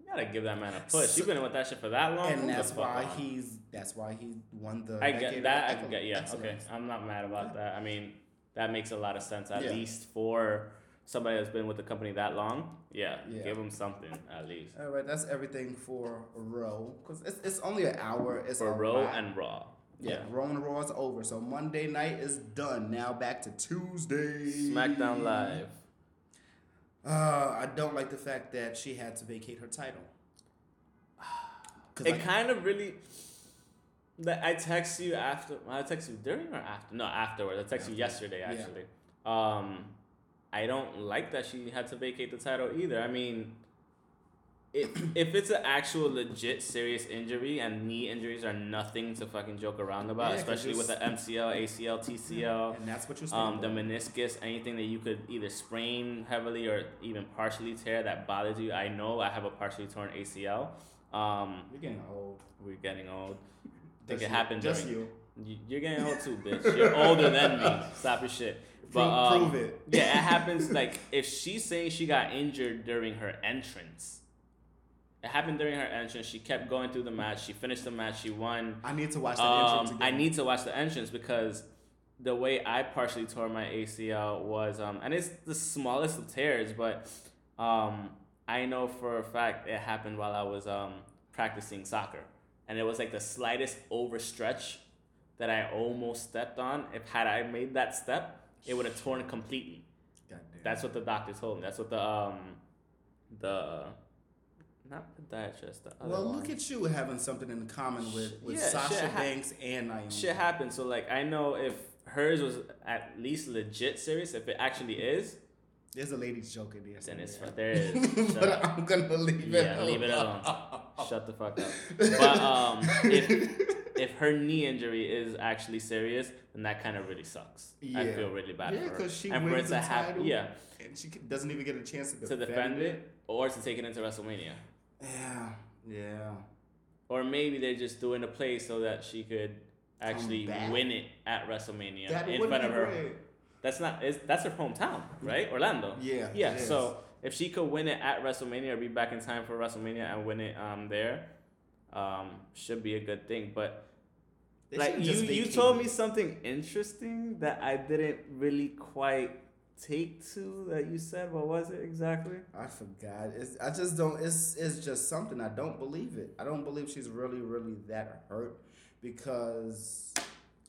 Speaker 2: You gotta give that man a push.
Speaker 1: So-
Speaker 2: You've been with that shit for that long.
Speaker 1: and
Speaker 2: Move Oh, the
Speaker 1: that's
Speaker 2: fuck
Speaker 1: why uh,
Speaker 2: on.
Speaker 1: he's that's why he won the.
Speaker 2: I
Speaker 1: Decade
Speaker 2: get
Speaker 1: of
Speaker 2: that. I
Speaker 1: Excellence.
Speaker 2: get yeah. Okay,
Speaker 1: Excellence.
Speaker 2: I'm not mad about that. I mean, that makes a lot of sense. At
Speaker 1: Yeah.
Speaker 2: least for somebody that's been with the company that long, yeah,
Speaker 1: Yeah.
Speaker 2: give them something at least
Speaker 1: All right, that's everything for Row because it's, it's only an hour. It's
Speaker 2: for
Speaker 1: a
Speaker 2: Raw
Speaker 1: lot.
Speaker 2: and Raw.
Speaker 1: yeah,
Speaker 2: Yeah.
Speaker 1: Row and Raw is over. So Monday night is done. Now back to Tuesday.
Speaker 2: SmackDown Live.
Speaker 1: Uh, I don't like the fact that she had to vacate her title. 'Cause,
Speaker 2: It
Speaker 1: like,
Speaker 2: kind of really. That I text you after. I text you during or after? No, afterwards. I text you yesterday
Speaker 1: Yeah.
Speaker 2: actually. Um, I don't like that she had to vacate the title either. I mean, if if it's an actual legit serious injury and knee injuries are nothing to fucking joke around about,
Speaker 1: Yeah, 'cause
Speaker 2: especially with the
Speaker 1: you're
Speaker 2: MCL, ACL, TCL,
Speaker 1: and that's what you're saying.
Speaker 2: um, the meniscus, anything that you could either sprain heavily or even partially tear that bothers you. I know I have a partially torn ACL. Um,
Speaker 1: you're getting old.
Speaker 2: we're getting old. Think
Speaker 1: Just
Speaker 2: it
Speaker 1: you.
Speaker 2: happened
Speaker 1: Just
Speaker 2: during-
Speaker 1: you.
Speaker 2: You- You're getting old too, bitch. You're older than me. Stop your shit. But
Speaker 1: prove,
Speaker 2: um,
Speaker 1: prove it.
Speaker 2: yeah, it happens. Like if she's saying she got injured during her entrance, it happened during her entrance. She kept going through the match. She finished the match. She won.
Speaker 1: I need to watch that entrance
Speaker 2: Um,
Speaker 1: again.
Speaker 2: I need to watch the entrance because the way I partially tore my ACL was, um, and it's the smallest of tears, but um, I know for a fact it happened while I was um, practicing soccer, and it was like the slightest overstretch that I almost stepped on. If had I made that step, it would have torn completely.
Speaker 1: Goddamn.
Speaker 2: That's what the doctor told me. That's what the um, the not the podiatrist. The other
Speaker 1: Well,
Speaker 2: one.
Speaker 1: look at you having something in common with, with
Speaker 2: Yeah, shit
Speaker 1: Sasha
Speaker 2: hap-
Speaker 1: Banks and Naomi.
Speaker 2: shit happens. So like I know if hers was at least legit serious, if it actually is,
Speaker 1: There's a lady's joke in there.
Speaker 2: then it's
Speaker 1: somewhere.
Speaker 2: there it is. Shut
Speaker 1: but
Speaker 2: up.
Speaker 1: I'm gonna leave it.
Speaker 2: Yeah,
Speaker 1: alone.
Speaker 2: leave it alone. Shut the fuck up. But um, if if her knee injury is actually serious, then that kind of really sucks. I
Speaker 1: Yeah.
Speaker 2: feel really bad
Speaker 1: Yeah,
Speaker 2: for her.
Speaker 1: 'cause she
Speaker 2: and for
Speaker 1: wins
Speaker 2: it
Speaker 1: the
Speaker 2: to hap-
Speaker 1: title
Speaker 2: yeah,
Speaker 1: and she doesn't even get a chance to
Speaker 2: to
Speaker 1: defend,
Speaker 2: defend it or to take it into WrestleMania.
Speaker 1: Yeah, yeah.
Speaker 2: Or maybe they're just doing a play so that she could actually
Speaker 1: back.
Speaker 2: win it at WrestleMania
Speaker 1: That
Speaker 2: in
Speaker 1: would
Speaker 2: front
Speaker 1: be
Speaker 2: of her
Speaker 1: great. Mm-hmm.
Speaker 2: That's not is that's her hometown, right? Orlando.
Speaker 1: Yeah,
Speaker 2: Yeah.
Speaker 1: it
Speaker 2: So if she could win it at WrestleMania or be back in time for WrestleMania and win it um there, um, should be a good thing. But
Speaker 1: They
Speaker 2: like
Speaker 1: should've
Speaker 2: you,
Speaker 1: just
Speaker 2: you
Speaker 1: vacated.
Speaker 2: told me something interesting that I didn't really quite take to that you said. What was it exactly?
Speaker 1: I forgot. It's, I just don't. It's it's just something. I don't believe it. I don't believe she's really really that hurt because,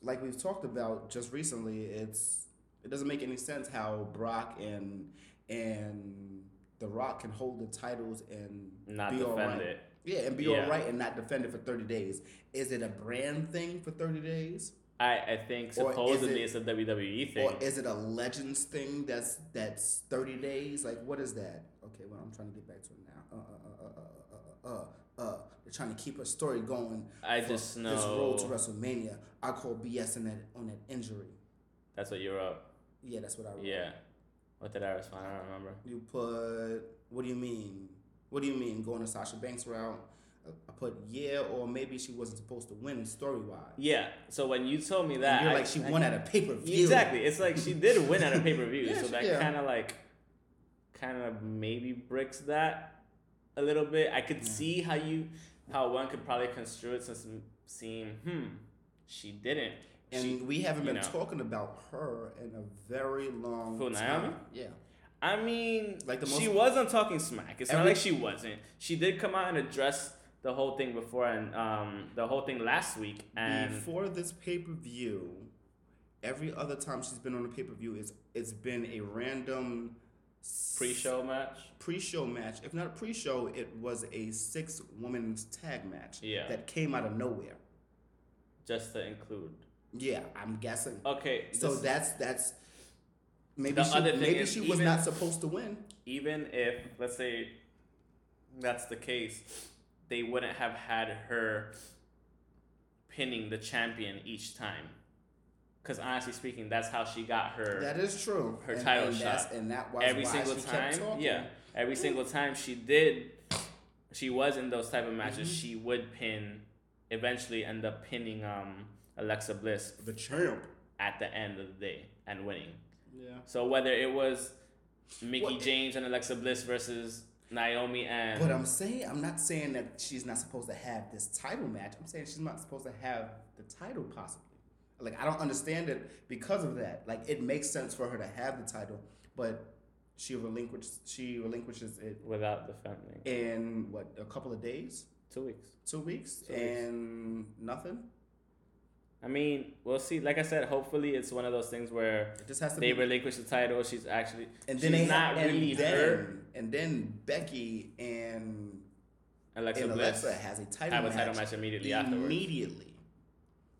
Speaker 1: like we've talked about just recently, it's it doesn't make any sense how Brock and and The Rock can hold the titles and
Speaker 2: Not
Speaker 1: be all
Speaker 2: defend
Speaker 1: right.
Speaker 2: it.
Speaker 1: Yeah, and be
Speaker 2: Yeah.
Speaker 1: all right and not defend it for thirty days. Is it a brand thing for thirty days?
Speaker 2: I, I think
Speaker 1: Or is
Speaker 2: supposedly
Speaker 1: it-
Speaker 2: it's a WWE thing.
Speaker 1: Or is it a legends thing that's that's thirty days? Like what is that? Okay, well I'm trying to get back to it now. Uh, uh, uh, uh, uh, uh, uh, uh. They're trying to keep a story going.
Speaker 2: I
Speaker 1: for
Speaker 2: just
Speaker 1: this road to
Speaker 2: know
Speaker 1: WrestleMania. I call BS on that on that injury.
Speaker 2: that's what you're up.
Speaker 1: Yeah, that's what I. wrote.
Speaker 2: Yeah. What did I respond? I don't remember.
Speaker 1: You put. What do you mean? What do you mean going to Sasha Banks route? I put yeah, or maybe she wasn't supposed to win story wise.
Speaker 2: Yeah. So when you told me that,
Speaker 1: And you're
Speaker 2: I-
Speaker 1: like she
Speaker 2: I-
Speaker 1: won at a pay per view.
Speaker 2: Exactly. It's like she did win at a pay per view,
Speaker 1: Yeah,
Speaker 2: so
Speaker 1: she-
Speaker 2: that
Speaker 1: yeah.
Speaker 2: kind of like, kind of maybe bricks that a little bit. I
Speaker 1: Mm.
Speaker 2: could see how you, how one could probably construe it since m- seeing, hmm, she didn't.
Speaker 1: And
Speaker 2: She,
Speaker 1: we haven't
Speaker 2: you
Speaker 1: been
Speaker 2: know.
Speaker 1: talking about her in a very long
Speaker 2: Who,
Speaker 1: time.
Speaker 2: Naomi?
Speaker 1: Yeah.
Speaker 2: I mean,
Speaker 1: Like the
Speaker 2: she
Speaker 1: most-
Speaker 2: wasn't talking smack. It's not
Speaker 1: Every-
Speaker 2: like she wasn't. She did come out and address the whole thing before and um the whole thing last week and
Speaker 1: Before this pay per view, every other time she's been on a pay per view, it's it's been a random s-
Speaker 2: pre-show match.
Speaker 1: pre-show match. If not a pre-show, it was a six woman's tag match
Speaker 2: Yeah.
Speaker 1: that came out of nowhere.
Speaker 2: Just to include.
Speaker 1: Yeah, I'm guessing.
Speaker 2: Okay.
Speaker 1: so
Speaker 2: Oh, this-
Speaker 1: that's that's maybe
Speaker 2: The
Speaker 1: she,
Speaker 2: other thing
Speaker 1: maybe
Speaker 2: is
Speaker 1: she was
Speaker 2: even-
Speaker 1: not supposed to win.
Speaker 2: even if let's say that's the case, they wouldn't have had her pinning the champion each time. Because honestly speaking, that's how she got her
Speaker 1: That is true.
Speaker 2: Her
Speaker 1: and,
Speaker 2: title
Speaker 1: and that's-
Speaker 2: shot.
Speaker 1: and that was
Speaker 2: every
Speaker 1: why
Speaker 2: single
Speaker 1: she
Speaker 2: time.
Speaker 1: Kept talking.
Speaker 2: Yeah, every single time she did, she was in those type of matches.
Speaker 1: Mm-hmm.
Speaker 2: She would pin, eventually end up pinning um Alexa Bliss
Speaker 1: the champ.
Speaker 2: at the end of the day and winning.
Speaker 1: Yeah.
Speaker 2: So whether it was Mickey
Speaker 1: Well, it-
Speaker 2: James and Alexa Bliss versus Naomi and
Speaker 1: But I'm saying I'm not saying that she's not supposed to have this title match. I'm saying she's not supposed to have the title possibly. Like I don't understand it because of that. Like it makes sense for her to have the title, but she relinquishes she relinquishes it
Speaker 2: without defending.
Speaker 1: in what a couple of days,
Speaker 2: Two weeks.
Speaker 1: two weeks,
Speaker 2: Two weeks.
Speaker 1: and nothing.
Speaker 2: I mean, we'll see. Like I said, hopefully it's one of those things where
Speaker 1: It just has to
Speaker 2: they
Speaker 1: be.
Speaker 2: relinquish the title. She's actually
Speaker 1: and then
Speaker 2: she's
Speaker 1: they ha-
Speaker 2: not really
Speaker 1: and then,
Speaker 2: her.
Speaker 1: And then Becky and
Speaker 2: Alexa
Speaker 1: and
Speaker 2: Bliss
Speaker 1: Alexa has a title
Speaker 2: have a
Speaker 1: match
Speaker 2: title match immediately afterwards.
Speaker 1: immediately.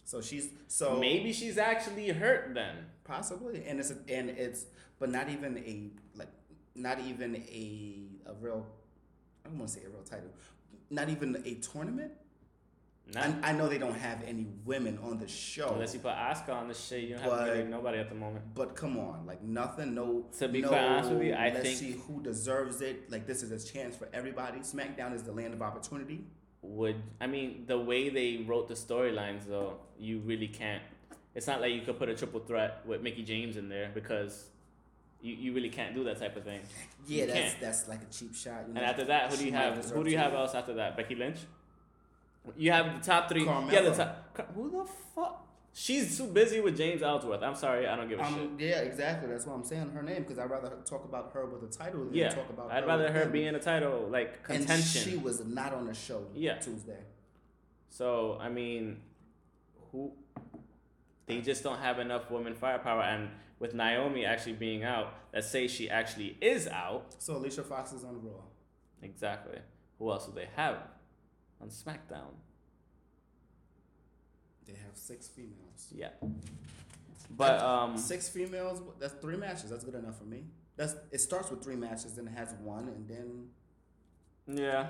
Speaker 1: So she's so
Speaker 2: Maybe she's actually hurt then.
Speaker 1: possibly, and it's a, and it's but not even a like not even a a real. I don't want to say a real title. Not even a tournament.
Speaker 2: Not,
Speaker 1: I, I know they don't have any women on the show.
Speaker 2: unless you put Asuka on the shit, you don't have
Speaker 1: But-
Speaker 2: really nobody at the moment.
Speaker 1: But come on, like nothing, no.
Speaker 2: To be
Speaker 1: no,
Speaker 2: quite honest with you, I
Speaker 1: let's
Speaker 2: think-
Speaker 1: see who deserves it. Like this is a chance for everybody. SmackDown is the land of opportunity.
Speaker 2: Would I mean the way they wrote the storylines though? You really can't. It's not like you could put a triple threat with Mickey James in there because you, you really can't do that type of thing.
Speaker 1: Yeah,
Speaker 2: You
Speaker 1: that's
Speaker 2: can't.
Speaker 1: that's like a cheap shot. You know?
Speaker 2: And after that, who do
Speaker 1: She
Speaker 2: you
Speaker 1: might
Speaker 2: have?
Speaker 1: deserve
Speaker 2: Who do you
Speaker 1: to
Speaker 2: have
Speaker 1: win.
Speaker 2: else after that? Becky Lynch. You have the top three. Yeah, the
Speaker 1: Carmella.
Speaker 2: top. Car- Who the fuck? She's too busy with James Ellsworth. I'm sorry, I don't give a shit.
Speaker 1: Um, yeah, exactly. That's why I'm saying her name because I'd rather talk about her with a title than
Speaker 2: Yeah,
Speaker 1: talk about.
Speaker 2: I'd
Speaker 1: her
Speaker 2: rather
Speaker 1: with
Speaker 2: her
Speaker 1: him.
Speaker 2: be in a title like
Speaker 1: And she
Speaker 2: contention.
Speaker 1: was not on the show.
Speaker 2: Yeah.
Speaker 1: Tuesday.
Speaker 2: So I mean, who? They just don't have enough women firepower, and with Naomi actually being out, let's say she actually is out.
Speaker 1: So Alicia Fox is on Raw.
Speaker 2: Exactly. Who else do they have on SmackDown?
Speaker 1: They have six females.
Speaker 2: Yeah. But
Speaker 1: That-
Speaker 2: um,
Speaker 1: Six females. That's three matches. That's good enough for me. That's it starts with three matches, then it has one, and then
Speaker 2: yeah.
Speaker 1: yeah.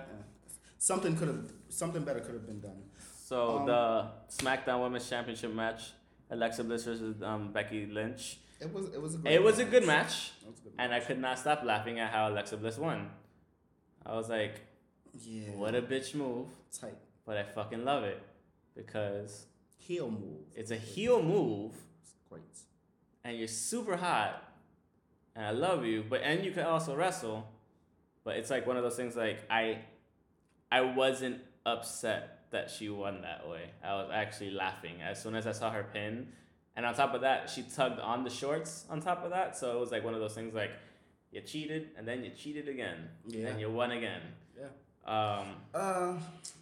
Speaker 1: something could have something better could have been done.
Speaker 2: So
Speaker 1: Um,
Speaker 2: the SmackDown Women's Championship match, Alexa Bliss versus um, Becky Lynch.
Speaker 1: It was it was a great
Speaker 2: It was a good match,
Speaker 1: It was a good
Speaker 2: and I could not stop laughing at how Alexa Bliss won. I was like,
Speaker 1: yeah,
Speaker 2: "What a bitch move!"
Speaker 1: tight
Speaker 2: But I fucking love it because
Speaker 1: heel move.
Speaker 2: it's a heel move,
Speaker 1: It's great.
Speaker 2: and you're super hot, and I love you. But and you can also wrestle, but it's like one of those things. Like I, I wasn't upset that she won that way. I was actually laughing as soon as I saw her pin, and on top of that, she tugged on the shorts. On top of that, so it was like one of those things. Like you cheated, and then you cheated again,
Speaker 1: Yeah.
Speaker 2: and you won again.
Speaker 1: Yeah.
Speaker 2: Um,
Speaker 1: Uh,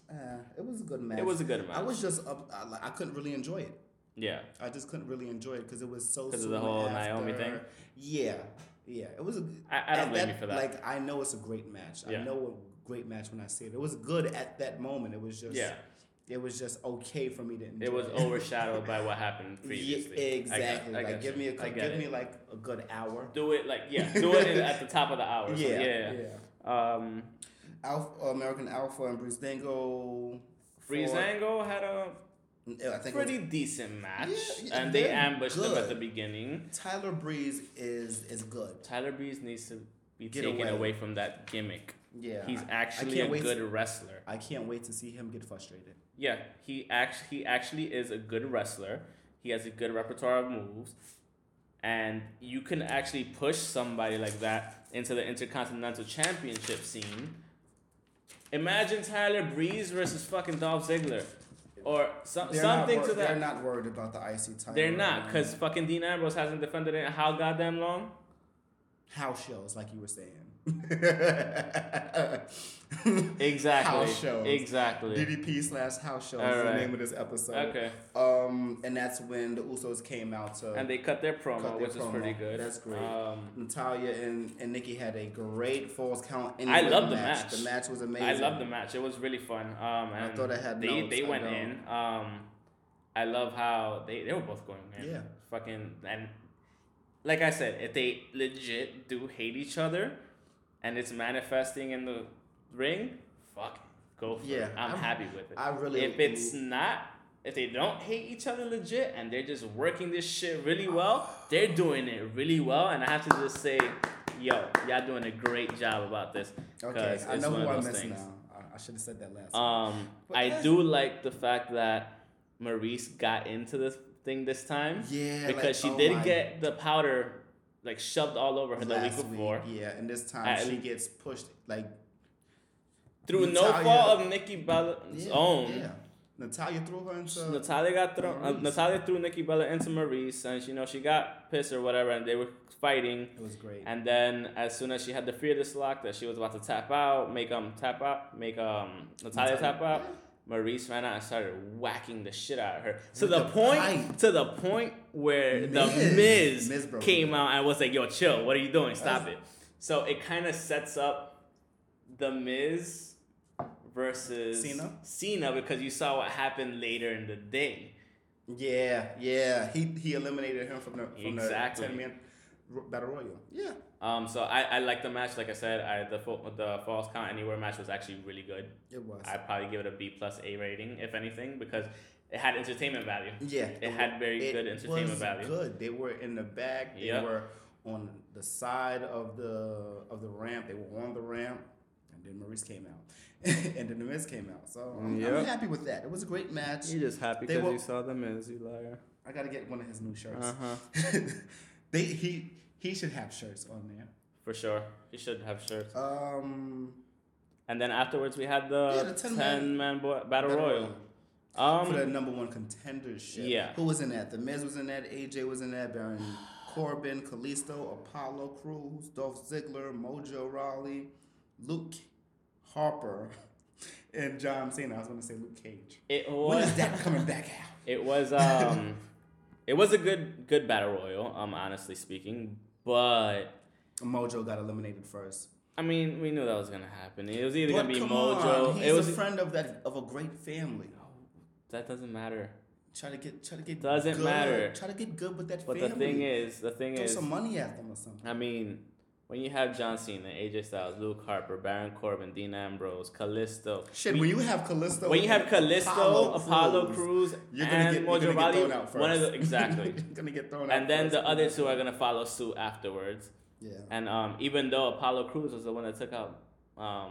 Speaker 1: uh, it was a good match.
Speaker 2: it was a good match.
Speaker 1: I was just up. I, like, I couldn't really enjoy it.
Speaker 2: yeah.
Speaker 1: I just couldn't really enjoy it because it was so.
Speaker 2: 'Cause of the
Speaker 1: soon
Speaker 2: whole
Speaker 1: after.
Speaker 2: Naomi thing?
Speaker 1: Yeah, yeah. It was. A,
Speaker 2: I, I don't
Speaker 1: at
Speaker 2: blame you for that.
Speaker 1: Like I know it's a great match.
Speaker 2: Yeah.
Speaker 1: I know a great match when I see it. It was good at that moment. It was just.
Speaker 2: yeah.
Speaker 1: It was just okay for me to enjoy.
Speaker 2: It was overshadowed by what happened
Speaker 1: Yeah,
Speaker 2: previously.
Speaker 1: exactly.
Speaker 2: I get- I
Speaker 1: like
Speaker 2: get
Speaker 1: give me
Speaker 2: you.
Speaker 1: a
Speaker 2: I
Speaker 1: cou-
Speaker 2: get
Speaker 1: give
Speaker 2: it.
Speaker 1: me like a good hour.
Speaker 2: do it like yeah, do it in- at the top of the hour. So,
Speaker 1: Yeah,
Speaker 2: yeah.
Speaker 1: yeah.
Speaker 2: Um,
Speaker 1: Alpha, American Alpha and Bruce Dango.
Speaker 2: Breezango had a
Speaker 1: I think it was
Speaker 2: eh? pretty decent match,
Speaker 1: Yeah, yeah,
Speaker 2: and they
Speaker 1: they're
Speaker 2: ambushed him at
Speaker 1: good.
Speaker 2: the beginning.
Speaker 1: Tyler Breeze is is good.
Speaker 2: Tyler Breeze needs to be
Speaker 1: Get
Speaker 2: taken away.
Speaker 1: away.
Speaker 2: from that gimmick.
Speaker 1: Yeah,
Speaker 2: He's
Speaker 1: I- I
Speaker 2: actually
Speaker 1: can't
Speaker 2: a
Speaker 1: wait
Speaker 2: good
Speaker 1: To,
Speaker 2: wrestler.
Speaker 1: I can't wait to see him get frustrated.
Speaker 2: Yeah, he actually he actually is a good wrestler. He has a good repertoire of moves, and you can actually push somebody like that into the Intercontinental Championship scene. Imagine Tyler Breeze versus fucking Dolph Ziggler, or some,
Speaker 1: They're not
Speaker 2: something
Speaker 1: wor-
Speaker 2: to that.
Speaker 1: They're not worried about the IC title.
Speaker 2: They're not,
Speaker 1: right now.
Speaker 2: because fucking Dean Ambrose hasn't defended it in how goddamn long?
Speaker 1: house shows, like you were saying.
Speaker 2: Exactly.
Speaker 1: House shows.
Speaker 2: Exactly.
Speaker 1: DDP slash house show
Speaker 2: All
Speaker 1: is
Speaker 2: right.
Speaker 1: the name of this episode.
Speaker 2: Okay.
Speaker 1: Um, and that's when the Usos came out to
Speaker 2: And they cut their promo,
Speaker 1: Cut their
Speaker 2: which is pretty
Speaker 1: promo.
Speaker 2: good.
Speaker 1: That's great.
Speaker 2: Um,
Speaker 1: Natalia and, and Nikki had a great falls count.
Speaker 2: I
Speaker 1: Anywhere
Speaker 2: love the match.
Speaker 1: The match was amazing.
Speaker 2: I love the match. It was really fun. Um, and
Speaker 1: thought I had
Speaker 2: they
Speaker 1: notes.
Speaker 2: they
Speaker 1: I
Speaker 2: went
Speaker 1: don't.
Speaker 2: in. Um, I love how they they were both going in.
Speaker 1: Yeah.
Speaker 2: Fucking and like I said, if they legit do hate each other, and it's manifesting in the ring, fuck, go for
Speaker 1: Yeah,
Speaker 2: it. I'm,
Speaker 1: I'm-
Speaker 2: happy with it.
Speaker 1: I really.
Speaker 2: if it's not. If they don't hate each other legit and they're just working this shit really well, they're doing it really well, and I have to just say, yo, y'all doing a great job about this.
Speaker 1: okay,
Speaker 2: 'cause
Speaker 1: I
Speaker 2: it's
Speaker 1: know
Speaker 2: one
Speaker 1: who
Speaker 2: of
Speaker 1: I
Speaker 2: those
Speaker 1: missed
Speaker 2: things.
Speaker 1: now. I, I should have said that last.
Speaker 2: Um,
Speaker 1: But
Speaker 2: I
Speaker 1: that's-
Speaker 2: do like the fact that Maurice got into this thing this time
Speaker 1: yeah,
Speaker 2: because
Speaker 1: like,
Speaker 2: she
Speaker 1: oh
Speaker 2: did
Speaker 1: my
Speaker 2: get the powder like shoved all over her the week
Speaker 1: last
Speaker 2: before
Speaker 1: Yeah, and this time
Speaker 2: At-
Speaker 1: she gets pushed like
Speaker 2: through no
Speaker 1: Natalia-
Speaker 2: fault of Nikki Bella's
Speaker 1: yeah,
Speaker 2: own.
Speaker 1: Yeah, Natalia threw her into.
Speaker 2: Natalia got thrown. Uh,
Speaker 1: Maurice.
Speaker 2: Natalia threw Nikki Bella into Maurice, and you know she got pissed or whatever, and they were fighting.
Speaker 1: it was great.
Speaker 2: And then as soon as she had the fearless lock that she was about to tap out, make um tap out, make um Natalia
Speaker 1: Natalia,
Speaker 2: tap out,
Speaker 1: yeah.
Speaker 2: Maurice ran out and started whacking the shit out of her. To
Speaker 1: With
Speaker 2: the,
Speaker 1: the
Speaker 2: point
Speaker 1: pipe.
Speaker 2: to the point where the
Speaker 1: Miz.
Speaker 2: Miz,
Speaker 1: Miz broke
Speaker 2: came
Speaker 1: it.
Speaker 2: out and was like, yo, chill, what are you doing? Stop
Speaker 1: That's-
Speaker 2: it. So it kind of sets up the Miz versus
Speaker 1: Cena?
Speaker 2: Cena because you saw what happened later in the day.
Speaker 1: Yeah, yeah. He he eliminated him from the from
Speaker 2: Exactly.
Speaker 1: the ten man ro- battle royal. Yeah,
Speaker 2: Um, so I, I like the match. Like I said, I the fo- the false count anywhere match was actually really good.
Speaker 1: it was.
Speaker 2: I probably give it a B plus A rating if anything because it had entertainment value.
Speaker 1: yeah,
Speaker 2: It had very good entertainment
Speaker 1: was
Speaker 2: value.
Speaker 1: Good. They were in the back. They
Speaker 2: Yep.
Speaker 1: were on the side of the of the ramp. They were on the ramp. And then Maurice came out, and then the Miz came out. So I'm, I'm
Speaker 2: Yep.
Speaker 1: happy with that. It was a great match.
Speaker 2: just happy
Speaker 1: They 'cause were- you
Speaker 2: saw the Miz, you liar.
Speaker 1: I gotta get one of his new shirts.
Speaker 2: Uh-huh.
Speaker 1: they he he should have shirts on there.
Speaker 2: For sure, he should have shirts.
Speaker 1: Um,
Speaker 2: And then afterwards, we had the,
Speaker 1: Yeah, the
Speaker 2: 10
Speaker 1: 10-man
Speaker 2: man boy, battle, royal.
Speaker 1: for the
Speaker 2: Um,
Speaker 1: number one contendership.
Speaker 2: Yeah.
Speaker 1: Who was in that? The Miz was in that. AJ was in that. Baron Corbin, Kalisto, Apollo Cruz, Dolph Ziggler, Mojo Rawley, Luke Harper, and John Cena. I was going to say Luke Cage.
Speaker 2: it
Speaker 1: When
Speaker 2: was
Speaker 1: is that coming back out?
Speaker 2: it was um, it was a good good battle royal. Um, honestly speaking, but
Speaker 1: Mojo got eliminated first.
Speaker 2: I mean, we knew that was gonna happen. It was either
Speaker 1: But
Speaker 2: gonna be
Speaker 1: come
Speaker 2: Mojo.
Speaker 1: on, he's
Speaker 2: it was
Speaker 1: a friend of that of a great family.
Speaker 2: that doesn't matter.
Speaker 1: Try to get, try to get.
Speaker 2: Doesn't
Speaker 1: good.
Speaker 2: matter.
Speaker 1: Try to get good with that
Speaker 2: But
Speaker 1: family.
Speaker 2: the thing is, the thing
Speaker 1: throw
Speaker 2: is,
Speaker 1: some money at them or something.
Speaker 2: I mean, when you have John Cena, AJ Styles, Luke Harper, Baron Corbin, Dean Ambrose, Callisto.
Speaker 1: Shit, when you have Callisto,
Speaker 2: When you have Callisto, Apollo, Cruz,
Speaker 1: You're gonna
Speaker 2: and
Speaker 1: get, you're
Speaker 2: Mojo
Speaker 1: gonna get
Speaker 2: Rawley,
Speaker 1: thrown out first.
Speaker 2: one of the, exactly.
Speaker 1: you're gonna get thrown out.
Speaker 2: and then
Speaker 1: first.
Speaker 2: the other two are gonna follow suit afterwards.
Speaker 1: Yeah.
Speaker 2: And um, even though Apollo Cruz was the one that took out um,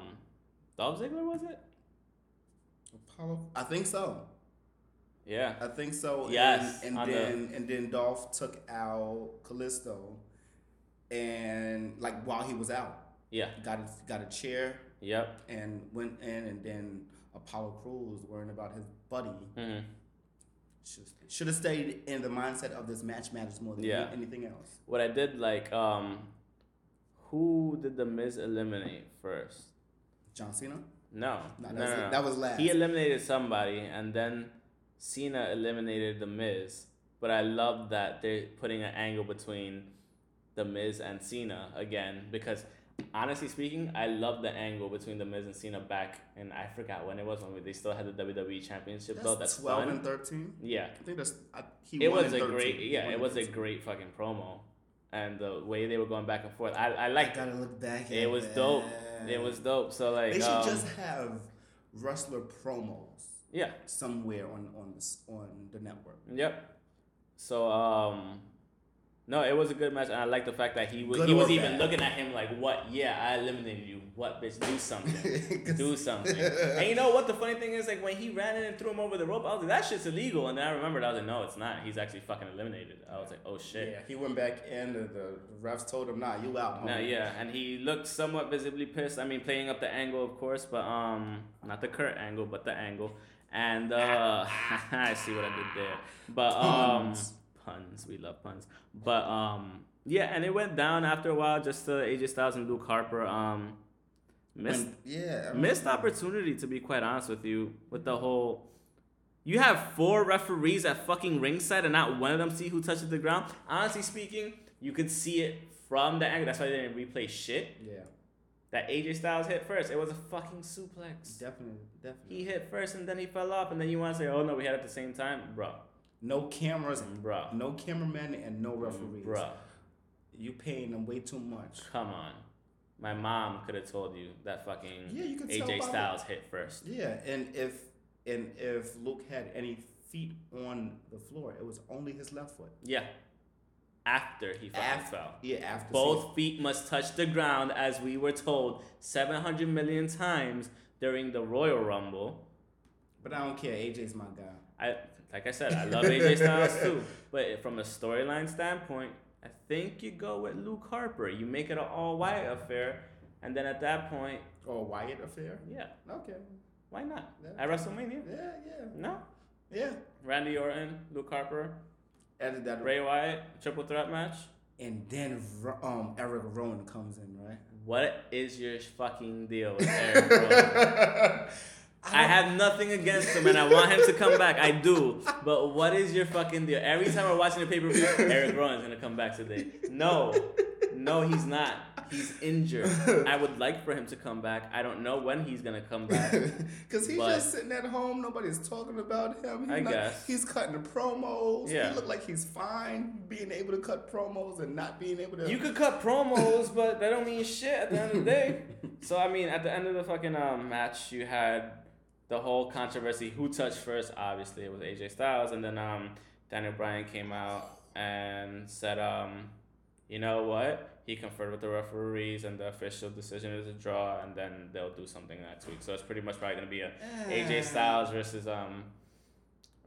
Speaker 2: Dolph Ziggler, was it?
Speaker 1: Apollo. I think so.
Speaker 2: Yeah.
Speaker 1: I think so. and-
Speaker 2: Yes,
Speaker 1: And,
Speaker 2: on the-
Speaker 1: then and then Dolph took out Callisto, and like while he was out,
Speaker 2: Yeah.
Speaker 1: got a, got a chair
Speaker 2: Yep.
Speaker 1: and went in, and then Apollo Cruz worrying about his buddy.
Speaker 2: hmm
Speaker 1: Should have stayed in the mindset of this match matters more than
Speaker 2: Yeah.
Speaker 1: anything else.
Speaker 2: What I did like, um, who did the Miz eliminate first?
Speaker 1: John Cena.
Speaker 2: No,
Speaker 1: No,
Speaker 2: no,
Speaker 1: that was-
Speaker 2: no, no.
Speaker 1: that was last.
Speaker 2: He eliminated somebody, and then Cena eliminated the Miz. But I love that they're putting an angle between the Miz and Cena again because. Honestly speaking, I love the angle between the Miz and Cena back, and I forgot when it was when they still had the WWE Championship
Speaker 1: That's
Speaker 2: belt. That's
Speaker 1: twelve
Speaker 2: fun.
Speaker 1: and thirteen.
Speaker 2: yeah,
Speaker 1: I think that's I, he
Speaker 2: it
Speaker 1: won
Speaker 2: was
Speaker 1: in
Speaker 2: a
Speaker 1: 13.
Speaker 2: great
Speaker 1: He
Speaker 2: yeah
Speaker 1: won
Speaker 2: it
Speaker 1: in
Speaker 2: was a
Speaker 1: 13.
Speaker 2: great fucking promo and the way they were going back and forth i, I
Speaker 1: I
Speaker 2: liked it
Speaker 1: gotta look back. At
Speaker 2: it was
Speaker 1: that.
Speaker 2: dope it was dope so like
Speaker 1: They should
Speaker 2: um,
Speaker 1: just have wrestler promos
Speaker 2: yeah
Speaker 1: somewhere on on this on the network.
Speaker 2: yep so um no it was a good match and i like the fact that he was
Speaker 1: Good
Speaker 2: he
Speaker 1: or
Speaker 2: was even
Speaker 1: bad?
Speaker 2: looking at him like what yeah i eliminated you what bitch do something
Speaker 1: 'Cause-
Speaker 2: do something and you know what the funny thing is like when he ran in and threw him over the rope i was like that shit's illegal and then i remembered i was like no it's not he's actually fucking eliminated i was like oh shit
Speaker 1: Yeah, he went back in. The, the refs told him, "Nah, you out."
Speaker 2: No,
Speaker 1: homie."
Speaker 2: Oh, yeah, and he looked somewhat visibly pissed. I mean, playing up the angle, of course, but um, not the Kurt angle, but the angle. And uh, I see what I did there. But um,
Speaker 1: Puns.
Speaker 2: puns. we love puns. But um, yeah, and it went down after a while, just to AJ Styles and Luke Harper. Um, missed
Speaker 1: When- yeah. I mean,
Speaker 2: missed opportunity to be quite honest with you with the whole you have four referees at fucking ringside and not one of them see who touches the ground honestly speaking you could see it from the angle that's why they didn't replay shit
Speaker 1: Yeah,
Speaker 2: that aj styles hit first it was a fucking suplex
Speaker 1: definitely, definitely.
Speaker 2: he hit first and then he fell off and then you want to say oh no we had it at the same time bro
Speaker 1: No cameras,
Speaker 2: bro
Speaker 1: no cameramen, and no referees.
Speaker 2: bro
Speaker 1: You paying them way too much.
Speaker 2: come on my mom could have told you that fucking
Speaker 1: Yeah, you could tell by
Speaker 2: aj
Speaker 1: the-
Speaker 2: Mm-hmm. styles hit first
Speaker 1: Yeah, and if and if Luke had any feet on the floor, it was only his left foot.
Speaker 2: yeah after he fucking
Speaker 1: After-
Speaker 2: fell
Speaker 1: Yeah, after
Speaker 2: Both feet must touch the ground, as we were told 700 million times during the Royal Rumble.
Speaker 1: But I don't care. AJ's my guy.
Speaker 2: I, like I said, I love AJ Styles too, but from a storyline standpoint, I think you go with Luke Harper. You make it an all white affair, and then at that point,
Speaker 1: Or Wyatt affair.
Speaker 2: yeah,
Speaker 1: Okay.
Speaker 2: why not?
Speaker 1: Yeah.
Speaker 2: At WrestleMania,
Speaker 1: Yeah, yeah,
Speaker 2: no.
Speaker 1: yeah.
Speaker 2: Randy Orton, Luke Harper,
Speaker 1: Added that.
Speaker 2: Bray Wyatt, triple threat match.
Speaker 1: And then Ro- um Eric Rowan comes in, right?
Speaker 2: What is your fucking deal with Eric Rowan? I have nothing against him and I want him to come back. I do. But what is your fucking deal? Every time we're watching a pay per view, Eric Rowan's gonna come back today. No. No, he's not. He's injured. I would like for him to come back. I don't know when he's gonna come back.
Speaker 1: Because he's
Speaker 2: But-
Speaker 1: just sitting at home. Nobody's talking about him. He
Speaker 2: I
Speaker 1: not-
Speaker 2: guess.
Speaker 1: He's cutting the promos.
Speaker 2: Yeah.
Speaker 1: He looked like he's fine being able to cut promos and not being able to.
Speaker 2: You could cut promos, but that don't mean shit at the end of the day. So I mean, at the end of the fucking um, match, you had the whole controversy. Who touched first? Obviously, it was AJ Styles, and then um, Daniel Bryan came out and said, um, you know what? He conferred with the referees, and the official decision is a draw, and then they'll do something next week. So it's pretty much probably gonna be a AJ Styles versus um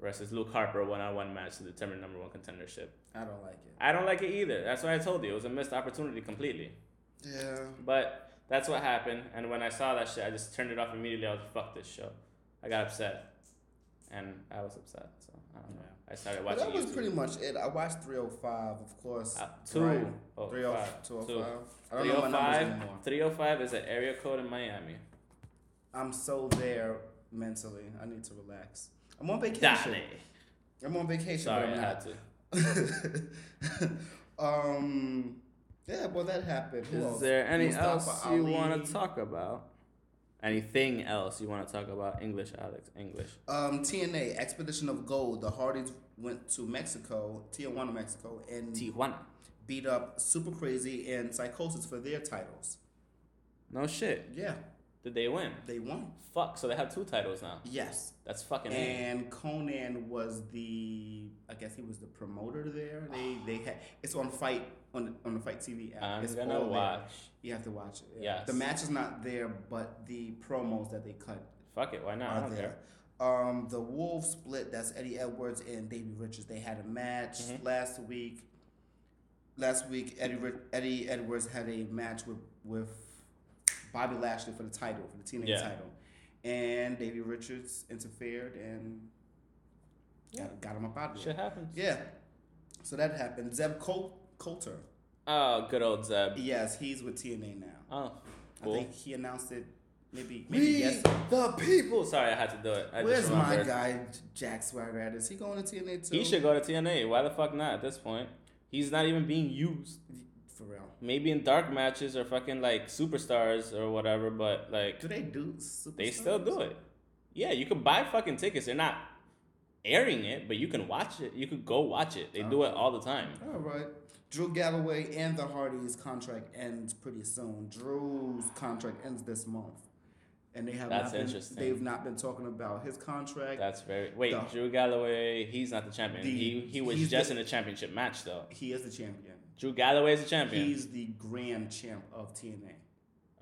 Speaker 2: versus Luke Harper one on one match to determine number one contendership.
Speaker 1: I don't like it.
Speaker 2: I don't like it either. That's why I told you it was a missed opportunity completely.
Speaker 1: Yeah.
Speaker 2: But that's what happened. And when I saw that shit, I just turned it off immediately. I was like, fuck this show. I got upset, and I was upset. So I don't know. I started
Speaker 1: But
Speaker 2: watching.
Speaker 1: that was
Speaker 2: YouTube.
Speaker 1: pretty much it. I watched 305, of course.
Speaker 2: Uh, two.
Speaker 1: Brian.
Speaker 2: Oh,
Speaker 1: 305.
Speaker 2: five.
Speaker 1: 205. I don't know my numbers
Speaker 2: 305,
Speaker 1: anymore.
Speaker 2: 305 is an area code in Miami.
Speaker 1: I'm so there mentally. I need to relax. I'm on vacation.
Speaker 2: Dale.
Speaker 1: I'm on vacation.
Speaker 2: Sorry,
Speaker 1: but
Speaker 2: I
Speaker 1: I'm
Speaker 2: had to.
Speaker 1: not. um, yeah, well, that happened. Who
Speaker 2: Is
Speaker 1: else?
Speaker 2: there any
Speaker 1: Mustafa
Speaker 2: else you
Speaker 1: Ali.
Speaker 2: want to talk about? Anything else you want to talk about? English, Alex. English.
Speaker 1: Um, TNA Expedition of Gold. The Hardys went to Mexico, Tijuana, Mexico, and
Speaker 2: Tijuana.
Speaker 1: beat up Super Crazy and Psychosis for their titles.
Speaker 2: No shit.
Speaker 1: Yeah,
Speaker 2: Did they win?
Speaker 1: they won.
Speaker 2: Fuck. So they have two titles now.
Speaker 1: Yes.
Speaker 2: That's fucking. it.
Speaker 1: And Conan was the, I guess he was the promoter there. They they had it's on fight on on the Fight TV app.
Speaker 2: I'm
Speaker 1: it's
Speaker 2: gonna
Speaker 1: all there.
Speaker 2: watch.
Speaker 1: You have to watch it.
Speaker 2: Yes.
Speaker 1: The match is not there, but the promos that they cut
Speaker 2: Fuck it, why not? I
Speaker 1: are
Speaker 2: don't care.
Speaker 1: there. Um, the Wolf split. That's Eddie Edwards and Davey Richards. They had a match
Speaker 2: Mhm.
Speaker 1: last week. Last week, Eddie Ri- Eddie Edwards had a match with with Bobby Lashley for the title for the TNA
Speaker 2: Yeah.
Speaker 1: title, and Davey Richards interfered and
Speaker 2: Yeah.
Speaker 1: got, got him up out of there.
Speaker 2: Shit happens.
Speaker 1: Yeah. So that happened. Zeb Col- Coulter.
Speaker 2: Oh, good old Zeb.
Speaker 1: Yes, he's with TNA now.
Speaker 2: Oh,
Speaker 1: I
Speaker 2: cool.
Speaker 1: think he announced it. Maybe maybe yes.
Speaker 2: the people. Sorry, I had to do it. I
Speaker 1: Where's
Speaker 2: just
Speaker 1: my
Speaker 2: remembered.
Speaker 1: guy J- Jack Swagger at? Is he going to TNA too?
Speaker 2: He should go to TNA. Why the fuck not? At this point, he's not even being used.
Speaker 1: For real.
Speaker 2: Maybe in dark matches or fucking like superstars or whatever. But like,
Speaker 1: Do they do? Superstars?
Speaker 2: they still do it. Yeah, you can buy fucking tickets. They're not airing it, but you can watch it. You could go watch it. They do it all the time.
Speaker 1: All right. Drew Galloway and the Hardys contract ends pretty soon. Drew's contract ends this month, and they have
Speaker 2: That's
Speaker 1: not been,
Speaker 2: interesting.
Speaker 1: They've not been talking about his contract.
Speaker 2: That's very wait.
Speaker 1: The-
Speaker 2: Drew Galloway, he's not the champion.
Speaker 1: The-
Speaker 2: he he was
Speaker 1: he's
Speaker 2: just
Speaker 1: the-
Speaker 2: in a championship match though.
Speaker 1: he is the champion.
Speaker 2: Drew Galloway is the champion.
Speaker 1: He's the grand champ of TNA.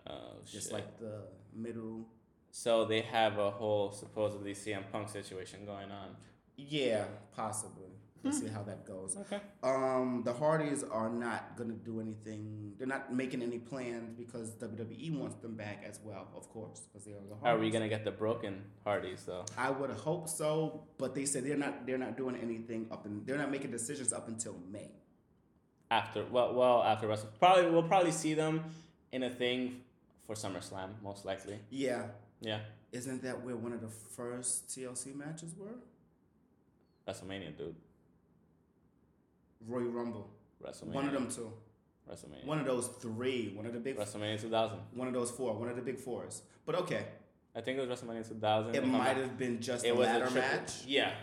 Speaker 2: oh shit!
Speaker 1: Just like the middle.
Speaker 2: so they have a whole supposedly CM Punk situation going on.
Speaker 1: Yeah, possibly. We'll see how that goes.
Speaker 2: Okay.
Speaker 1: Um, the Hardys are not gonna do anything. They're not making any plans because WWE wants them back as well, of course, because they are the
Speaker 2: Are
Speaker 1: Hardys.
Speaker 2: we gonna get the broken Hardys though?
Speaker 1: I would hope so, but they said they're not. They're not doing anything up in. They're not making decisions up until May.
Speaker 2: After well, well after Wrestle, probably we'll probably see them in a thing for SummerSlam most likely.
Speaker 1: Yeah,
Speaker 2: Yeah,
Speaker 1: isn't that where one of the first TLC matches were?
Speaker 2: WrestleMania, dude.
Speaker 1: Royal Rumble.
Speaker 2: WrestleMania.
Speaker 1: One of them two.
Speaker 2: WrestleMania.
Speaker 1: One of those three. One of the big.
Speaker 2: WrestleMania 2000.
Speaker 1: One of those four. One of the big fours. But okay,
Speaker 2: I think it was WrestleMania 2000. if
Speaker 1: it
Speaker 2: I'm not-
Speaker 1: might have been just
Speaker 2: It
Speaker 1: a
Speaker 2: was
Speaker 1: ladder
Speaker 2: a triple.
Speaker 1: match.
Speaker 2: Yeah,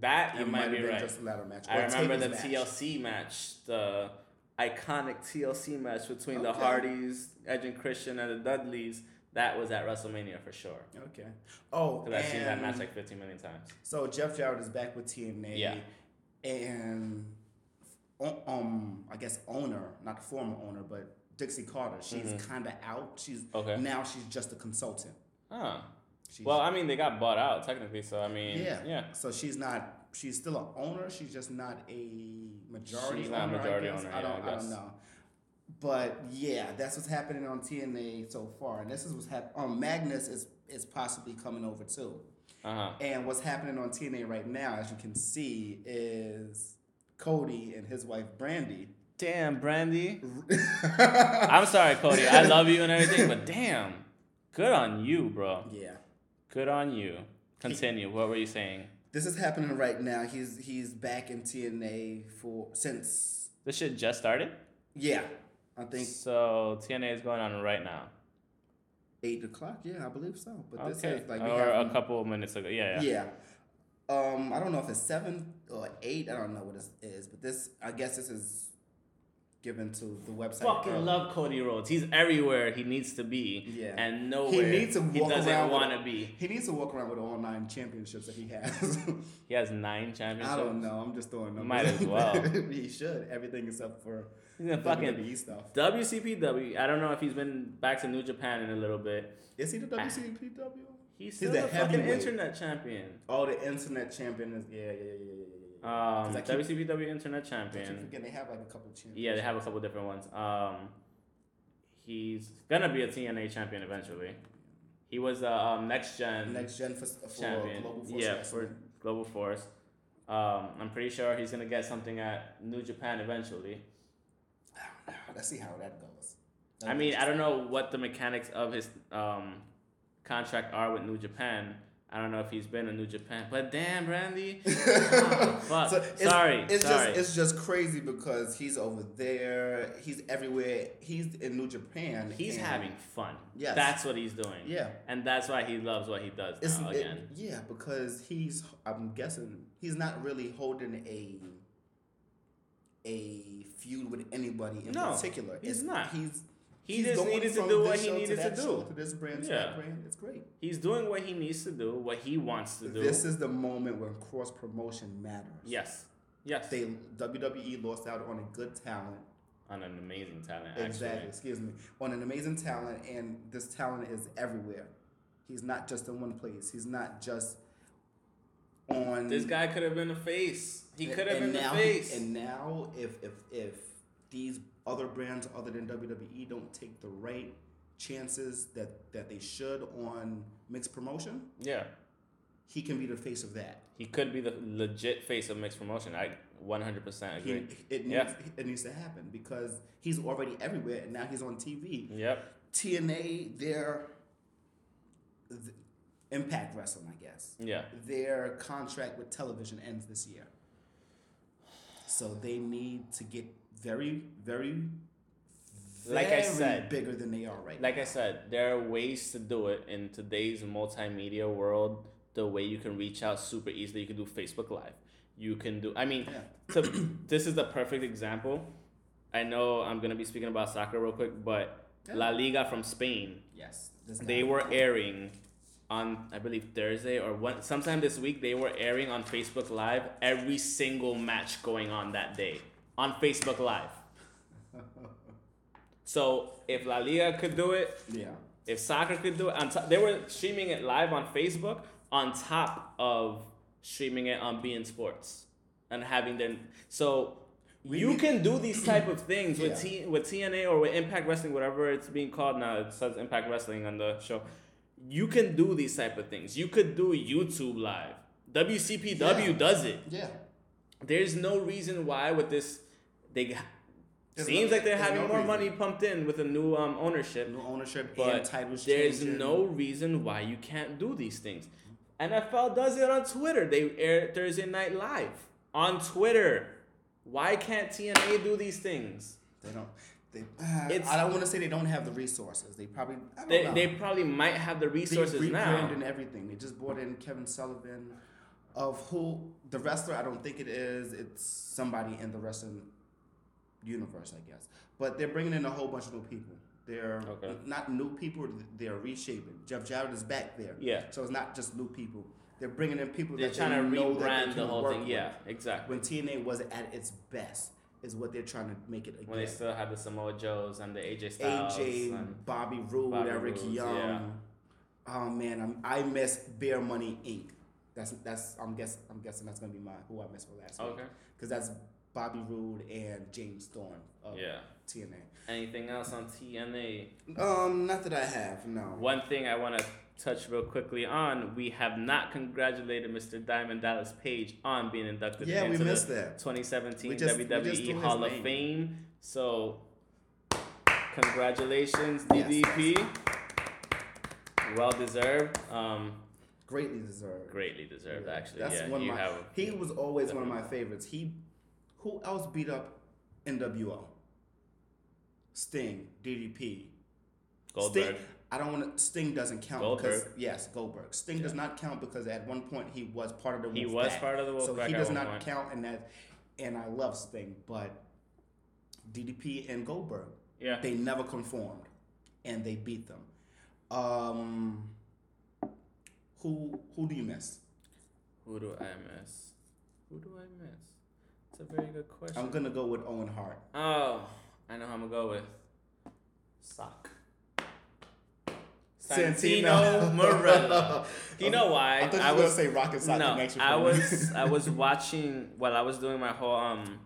Speaker 2: that you
Speaker 1: It
Speaker 2: might,
Speaker 1: might have
Speaker 2: be
Speaker 1: been
Speaker 2: right.
Speaker 1: just a ladder match.
Speaker 2: I
Speaker 1: or a
Speaker 2: remember the
Speaker 1: tables match.
Speaker 2: TLC match, the iconic TLC match between the
Speaker 1: Okay.
Speaker 2: Hardys, Edge and Christian, and the Dudleys. That was at WrestleMania for sure.
Speaker 1: Okay. Oh,
Speaker 2: Because I've seen that match
Speaker 1: and-
Speaker 2: like 15 million times.
Speaker 1: so Jeff Jarrett is back with TNA.
Speaker 2: Yeah.
Speaker 1: And o- um, I guess owner, not former owner, but Dixie Carter. She's kind of out. She's
Speaker 2: Mm-hmm. Okay.
Speaker 1: now she's just a consultant.
Speaker 2: Huh.
Speaker 1: She's,
Speaker 2: Well, I mean, they got bought out technically, so I mean,
Speaker 1: yeah,
Speaker 2: yeah. yeah.
Speaker 1: So she's not. She's still an owner. She's just not a majority.
Speaker 2: She's not a
Speaker 1: owner,
Speaker 2: majority
Speaker 1: I guess.
Speaker 2: owner,
Speaker 1: I
Speaker 2: yeah,
Speaker 1: don't.
Speaker 2: I
Speaker 1: I
Speaker 2: guess.
Speaker 1: don't know. But yeah, that's what's happening on TNA so far, and this is what's happening. Um, Magnus is is possibly coming over too.
Speaker 2: Uh huh.
Speaker 1: And what's happening on TNA right now, as you can see, is Cody and his wife Brandy.
Speaker 2: Damn, Brandy.
Speaker 1: yeah.
Speaker 2: I'm sorry, Cody. I love you and everything, but damn, good on you, bro. Good on you. Continue. What were you saying?
Speaker 1: This is happening right now. He's he's back in TNA for since
Speaker 2: This shit just started.
Speaker 1: yeah. I think
Speaker 2: So TNA is going on right now.
Speaker 1: eight o'clock. Yeah, I believe so. But this
Speaker 2: Okay.
Speaker 1: is like we
Speaker 2: or
Speaker 1: have
Speaker 2: a couple of minutes ago. Yeah. Yeah.
Speaker 1: Yeah. Um, I don't know if it's seven or eight. I don't know what this is, but this I guess this is given to the website.
Speaker 2: Fucking
Speaker 1: of-
Speaker 2: love Cody Rhodes. He's everywhere he needs to be.
Speaker 1: Yeah.
Speaker 2: And nowhere he,
Speaker 1: needs to walk around
Speaker 2: doesn't
Speaker 1: with-
Speaker 2: want to be.
Speaker 1: He needs to walk around with all nine championships that he has.
Speaker 2: He has nine championships.
Speaker 1: I don't know. I'm just throwing numbers.
Speaker 2: Might as well.
Speaker 1: he should everything except for
Speaker 2: He's a fucking
Speaker 1: WWE E stuff.
Speaker 2: WCPW. I don't know if he's been back to New Japan in a little bit. Is
Speaker 1: Is he the WCPW?
Speaker 2: He's
Speaker 1: He's
Speaker 2: still
Speaker 1: a
Speaker 2: the fucking
Speaker 1: heavyweight.
Speaker 2: internet champion.
Speaker 1: Oh, the internet champion is yeah, yeah, yeah, yeah, yeah, yeah. yeah.
Speaker 2: Um,
Speaker 1: 'Cause I keep-
Speaker 2: WCPW internet
Speaker 1: I keep
Speaker 2: champion.
Speaker 1: forgetting they have like a couple of champions.
Speaker 2: Yeah, they have a couple different ones. Um, he's gonna be a TNA champion eventually. He was the um, next gen
Speaker 1: next gen for, for
Speaker 2: champion.
Speaker 1: global force.
Speaker 2: yeah,
Speaker 1: Wrestling.
Speaker 2: for Global Force. Um, I'm pretty sure he's gonna get something at New Japan eventually.
Speaker 1: Let's see how that goes.
Speaker 2: I mean, I don't know what the mechanics of his um, contract are with New Japan. I don't know if he's been in New Japan, but damn, Randy. Ah, fuck.
Speaker 1: So it's,
Speaker 2: sorry,
Speaker 1: it's
Speaker 2: sorry.
Speaker 1: just it's just crazy because he's over there, he's everywhere, he's in New Japan.
Speaker 2: he's
Speaker 1: and-
Speaker 2: having fun.
Speaker 1: Yes.
Speaker 2: that's what he's doing.
Speaker 1: yeah.
Speaker 2: and that's why he loves what he does
Speaker 1: It's
Speaker 2: now
Speaker 1: it-
Speaker 2: Oh, again.
Speaker 1: yeah because he's I'm guessing he's not really holding a a feud with anybody in
Speaker 2: No,
Speaker 1: particular.
Speaker 2: he's not.
Speaker 1: He's
Speaker 2: he
Speaker 1: he's
Speaker 2: just
Speaker 1: going
Speaker 2: needed to
Speaker 1: from
Speaker 2: do
Speaker 1: this
Speaker 2: what he
Speaker 1: show
Speaker 2: needed to
Speaker 1: that
Speaker 2: do.
Speaker 1: show, to this brand to
Speaker 2: Yeah.
Speaker 1: that brand. It's great.
Speaker 2: He's doing what he needs to do, what he wants to do.
Speaker 1: This is the moment when cross promotion matters.
Speaker 2: yes, yes,
Speaker 1: They WWE lost out on a good talent
Speaker 2: on an amazing talent. Actually.
Speaker 1: Exactly. Excuse me. On an amazing talent, and this talent is everywhere. He's not just in one place. He's not just on.
Speaker 2: This guy could have been the face. He
Speaker 1: and-
Speaker 2: could have
Speaker 1: and
Speaker 2: been the
Speaker 1: now he-
Speaker 2: face.
Speaker 1: And now, if if if these other brands other than WWE don't take the right chances that that they should on mixed promotion,
Speaker 2: yeah,
Speaker 1: he can be the face of that.
Speaker 2: he could be the legit face of mixed promotion. I 100%
Speaker 1: He,
Speaker 2: agree.
Speaker 1: it needs
Speaker 2: Yeah.
Speaker 1: it needs to happen because he's already everywhere, and now he's on TV.
Speaker 2: yep.
Speaker 1: TNA, their th- Impact Wrestling, I guess.
Speaker 2: Yeah.
Speaker 1: Their contract with television ends this year. So they need to get very, very,
Speaker 2: Like I
Speaker 1: very
Speaker 2: said-
Speaker 1: bigger than they are right
Speaker 2: Like I said, there are ways to do it in today's multimedia world. The way you can reach out super easily, you can do Facebook Live. You can do. I mean,
Speaker 1: now.
Speaker 2: so this is the perfect example. I know I'm gonna be speaking about soccer real quick, but
Speaker 1: Yeah.
Speaker 2: La Liga from Spain,
Speaker 1: Yes. this
Speaker 2: they
Speaker 1: guy.
Speaker 2: were airing on I believe Thursday or one sometime this week. They were airing on Facebook Live every single match going on that day on Facebook Live. So if La Liga could do it,
Speaker 1: Yeah.
Speaker 2: if soccer could do it, on top, they were streaming it live on Facebook on top of streaming it on being sports and having them. So you
Speaker 1: need-
Speaker 2: can do these type of things with
Speaker 1: Yeah.
Speaker 2: T, with TNA or with Impact Wrestling, whatever it's being called now. It says Impact Wrestling on the show. You can do these type of things. You could do YouTube live. WCPW
Speaker 1: Yeah.
Speaker 2: does it.
Speaker 1: Yeah.
Speaker 2: There's no reason why with this they
Speaker 1: There's
Speaker 2: seems
Speaker 1: no-
Speaker 2: like they're
Speaker 1: there's
Speaker 2: having
Speaker 1: no
Speaker 2: more
Speaker 1: reason.
Speaker 2: money pumped in with a new um, ownership
Speaker 1: New ownership and
Speaker 2: but
Speaker 1: titles
Speaker 2: there's
Speaker 1: changing.
Speaker 2: no reason why you can't do these things. NFL does it on Twitter. They air Thursday Night Live on Twitter. Why can't TNA do these things?
Speaker 1: They don't. They, uh,
Speaker 2: It's-
Speaker 1: I don't want to say they don't have the resources. They probably. I don't
Speaker 2: They,
Speaker 1: know.
Speaker 2: they probably might have the resources
Speaker 1: they
Speaker 2: now.
Speaker 1: and everything. They just brought in Kevin Sullivan, of who the wrestler. I don't think it is. It's somebody in the wrestling universe, I guess. But they're bringing in a whole bunch of new people. They're
Speaker 2: Okay.
Speaker 1: not new people. They're reshaping. Jeff Jarrett is back there.
Speaker 2: Yeah.
Speaker 1: So it's not just new people. They're bringing in people.
Speaker 2: They're
Speaker 1: that
Speaker 2: trying to
Speaker 1: they know that they
Speaker 2: rebrand
Speaker 1: can
Speaker 2: the whole
Speaker 1: work
Speaker 2: thing.
Speaker 1: with.
Speaker 2: Yeah, exactly.
Speaker 1: When TNA was at its best, is what they're trying to make it again.
Speaker 2: When they still had the Samoa Joes and the AJ Styles.
Speaker 1: AJ,
Speaker 2: and-
Speaker 1: Bobby Roode,
Speaker 2: Uh, Bobby
Speaker 1: Eric
Speaker 2: Roode,
Speaker 1: Young.
Speaker 2: yeah.
Speaker 1: Oh man, I'm, I miss Bear Money Inc. That's that's I'm guess I'm guessing that's gonna be my who I missed for last
Speaker 2: okay.
Speaker 1: because that's Bobby Roode and James Storm of
Speaker 2: Yeah.
Speaker 1: TNA.
Speaker 2: Anything else on TNA?
Speaker 1: Um, not that I have no.
Speaker 2: One thing I want to touch real quickly on: we have not congratulated Mr. Diamond Dallas Page on being inducted
Speaker 1: Yeah, we
Speaker 2: into
Speaker 1: missed
Speaker 2: the
Speaker 1: that.
Speaker 2: 2017
Speaker 1: We just- we just threw
Speaker 2: WWE
Speaker 1: his
Speaker 2: E Hall of
Speaker 1: name.
Speaker 2: Fame. So, congratulations,
Speaker 1: Yes,
Speaker 2: DDP. Well deserved. Um,
Speaker 1: Greatly deserved.
Speaker 2: greatly deserved, actually.
Speaker 1: That's
Speaker 2: yeah,
Speaker 1: one
Speaker 2: you
Speaker 1: of my.
Speaker 2: have.
Speaker 1: he was always one of my favorites. He, who else beat up NWO? Sting, DDP.
Speaker 2: Goldberg.
Speaker 1: Sting, I don't want to. Sting doesn't count because
Speaker 2: Goldberg.
Speaker 1: yes, Goldberg. Sting does not count because at one point he was part of the.
Speaker 2: He
Speaker 1: Wolf
Speaker 2: was
Speaker 1: Pack.
Speaker 2: part of the Wolf
Speaker 1: so
Speaker 2: Pack
Speaker 1: he
Speaker 2: at
Speaker 1: does
Speaker 2: one
Speaker 1: not
Speaker 2: point.
Speaker 1: count in that. And I love Sting, but DDP and Goldberg,
Speaker 2: Yeah.
Speaker 1: they never conformed, and they beat them. Um, who who do you miss?
Speaker 2: Who do I miss? Who do I miss? It's a very good question.
Speaker 1: I'm gonna go with Owen Hart.
Speaker 2: oh, I know who I'm gonna go with. Sock.
Speaker 1: Santino.
Speaker 2: Santino Morella. You know why?
Speaker 1: I thought you
Speaker 2: I
Speaker 1: were gonna
Speaker 2: was
Speaker 1: say Rocket Sock
Speaker 2: no.
Speaker 1: connection.
Speaker 2: I
Speaker 1: for me.
Speaker 2: was I was watching while I was doing my whole um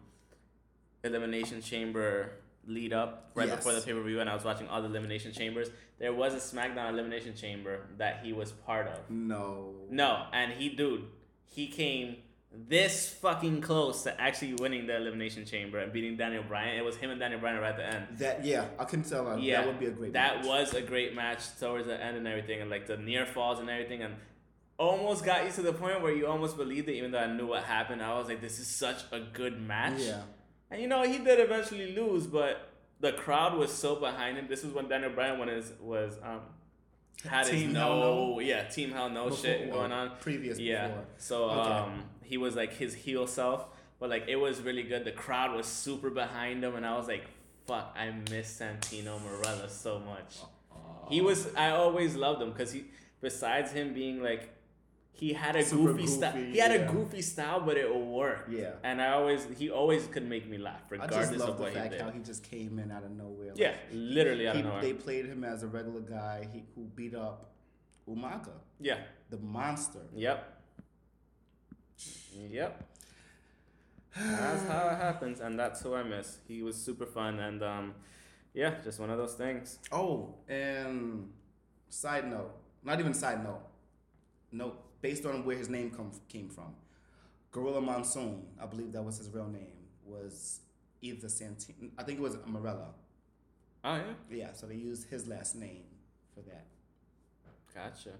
Speaker 2: elimination chamber lead up right before the
Speaker 1: Yes.
Speaker 2: pay per view, and I was watching all the elimination chambers. There was a SmackDown elimination chamber that he was part of.
Speaker 1: no.
Speaker 2: No, and he, dude, he came this fucking close to actually winning the Elimination Chamber and beating Daniel Bryan. It was him and Daniel Bryan right at the end.
Speaker 1: That yeah, I can tell. Uh,
Speaker 2: Yeah,
Speaker 1: that would be a great.
Speaker 2: That
Speaker 1: match.
Speaker 2: was a great match towards the end and everything, and like the near falls and everything, and almost got you to the point where you almost believed it, even though I knew what happened. I was like, this is such a good match.
Speaker 1: Yeah.
Speaker 2: And you know, he did eventually lose, but the crowd was so behind him. This was when Daniel Bryan when his, was um had
Speaker 1: Team
Speaker 2: his
Speaker 1: Hell
Speaker 2: no, yeah, team hell no shit
Speaker 1: Before- oh.
Speaker 2: going on.
Speaker 1: Previous
Speaker 2: Yeah.
Speaker 1: before.
Speaker 2: So
Speaker 1: Okay.
Speaker 2: um, he was like his heel self, but like it was really good. The crowd was super behind him, and I was like, "Fuck, I miss Santino Morella so much." He was. I always loved him because he, besides him being like, he had a
Speaker 1: Super
Speaker 2: goofy, style.
Speaker 1: goofy,
Speaker 2: He had
Speaker 1: yeah.
Speaker 2: a goofy style, but it worked.
Speaker 1: Yeah.
Speaker 2: And I always, he always could make me laugh,
Speaker 1: I just
Speaker 2: regardless
Speaker 1: love
Speaker 2: of
Speaker 1: the
Speaker 2: what he
Speaker 1: fact
Speaker 2: did.
Speaker 1: how he just came in out of nowhere. like,
Speaker 2: yeah, literally out
Speaker 1: he-
Speaker 2: of nowhere.
Speaker 1: They played him as a regular guy he, who beat up Umaka,
Speaker 2: yeah.
Speaker 1: the monster.
Speaker 2: Yep. Yep. that's how it happens, and that's who I miss. He was super fun, and um, yeah, just one of those things.
Speaker 1: Oh, and side note, not even side note, note based on where his name come, came from. Gorilla Monsoon, I believe that was his real name, was either Santin. I think it was Morella.
Speaker 2: Oh yeah,
Speaker 1: Yeah, so they used his last name for that.
Speaker 2: gotcha,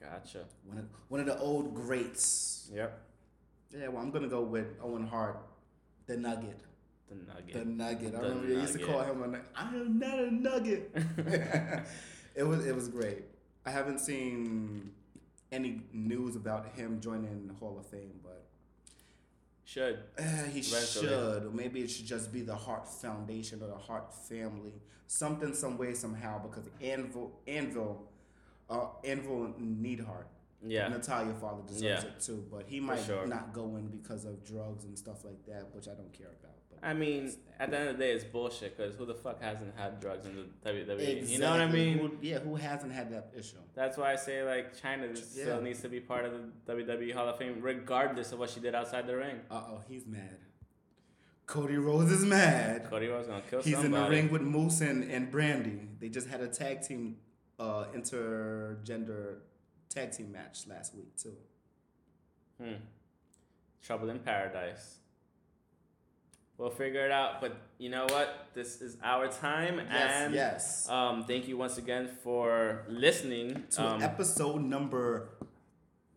Speaker 2: gotcha.
Speaker 1: One of, one of the old greats.
Speaker 2: Yep,
Speaker 1: Yeah, well, I'm gonna go with Owen Hart, the Nugget.
Speaker 2: the
Speaker 1: The
Speaker 2: nugget.
Speaker 1: Nugget. I
Speaker 2: The
Speaker 1: remember they used to
Speaker 2: Nugget.
Speaker 1: call him a Nugget. I am not a Nugget. it was it was great. I haven't seen any news about him joining the Hall of Fame, but
Speaker 2: Should
Speaker 1: uh, he
Speaker 2: Eventually.
Speaker 1: should. Or maybe it should just be the Hart Foundation or the Hart family. Something, some way, somehow. Because Anvil, Anvil, uh, Anvil Needhart,
Speaker 2: yeah,
Speaker 1: Natalia father deserves
Speaker 2: Yeah.
Speaker 1: it too, but he might
Speaker 2: sure.
Speaker 1: not go in because of drugs and stuff like that, which I don't care about. But
Speaker 2: I mean, at the end of the day, it's bullshit. Cause who the fuck hasn't had drugs in the WWE? You know what I
Speaker 1: Exactly.
Speaker 2: mean?
Speaker 1: Who, yeah, who hasn't had that issue?
Speaker 2: That's why I say like China
Speaker 1: Yeah.
Speaker 2: still needs to be part of the WWE Hall of Fame, regardless of what she did outside the ring.
Speaker 1: Uh oh, he's mad. Cody Rhodes is mad.
Speaker 2: Cody Rhodes gonna kill
Speaker 1: He's
Speaker 2: somebody.
Speaker 1: in the ring with Moose and, and Brandy. They just had a tag team, uh, intergender tag team match last week too.
Speaker 2: Hmm. Trouble in Paradise. We'll figure it out, but you know what? This is our time,
Speaker 1: Yes,
Speaker 2: and
Speaker 1: yes.
Speaker 2: um, thank you once again for listening.
Speaker 1: uh, to
Speaker 2: Um,
Speaker 1: episode number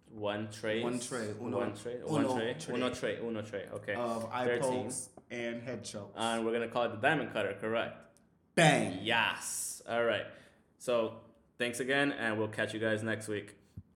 Speaker 2: one tray,
Speaker 1: One tray, uno-
Speaker 2: one tray,
Speaker 1: uno
Speaker 2: one tray,
Speaker 1: tray.
Speaker 2: uno tray, uno tray. Okay,
Speaker 1: of eye
Speaker 2: 13.
Speaker 1: pokes and head chokes.
Speaker 2: and we're gonna call it the Diamond Cutter, correct?
Speaker 1: Bang.
Speaker 2: Yes. All right. So thanks again, and we'll catch you guys next week.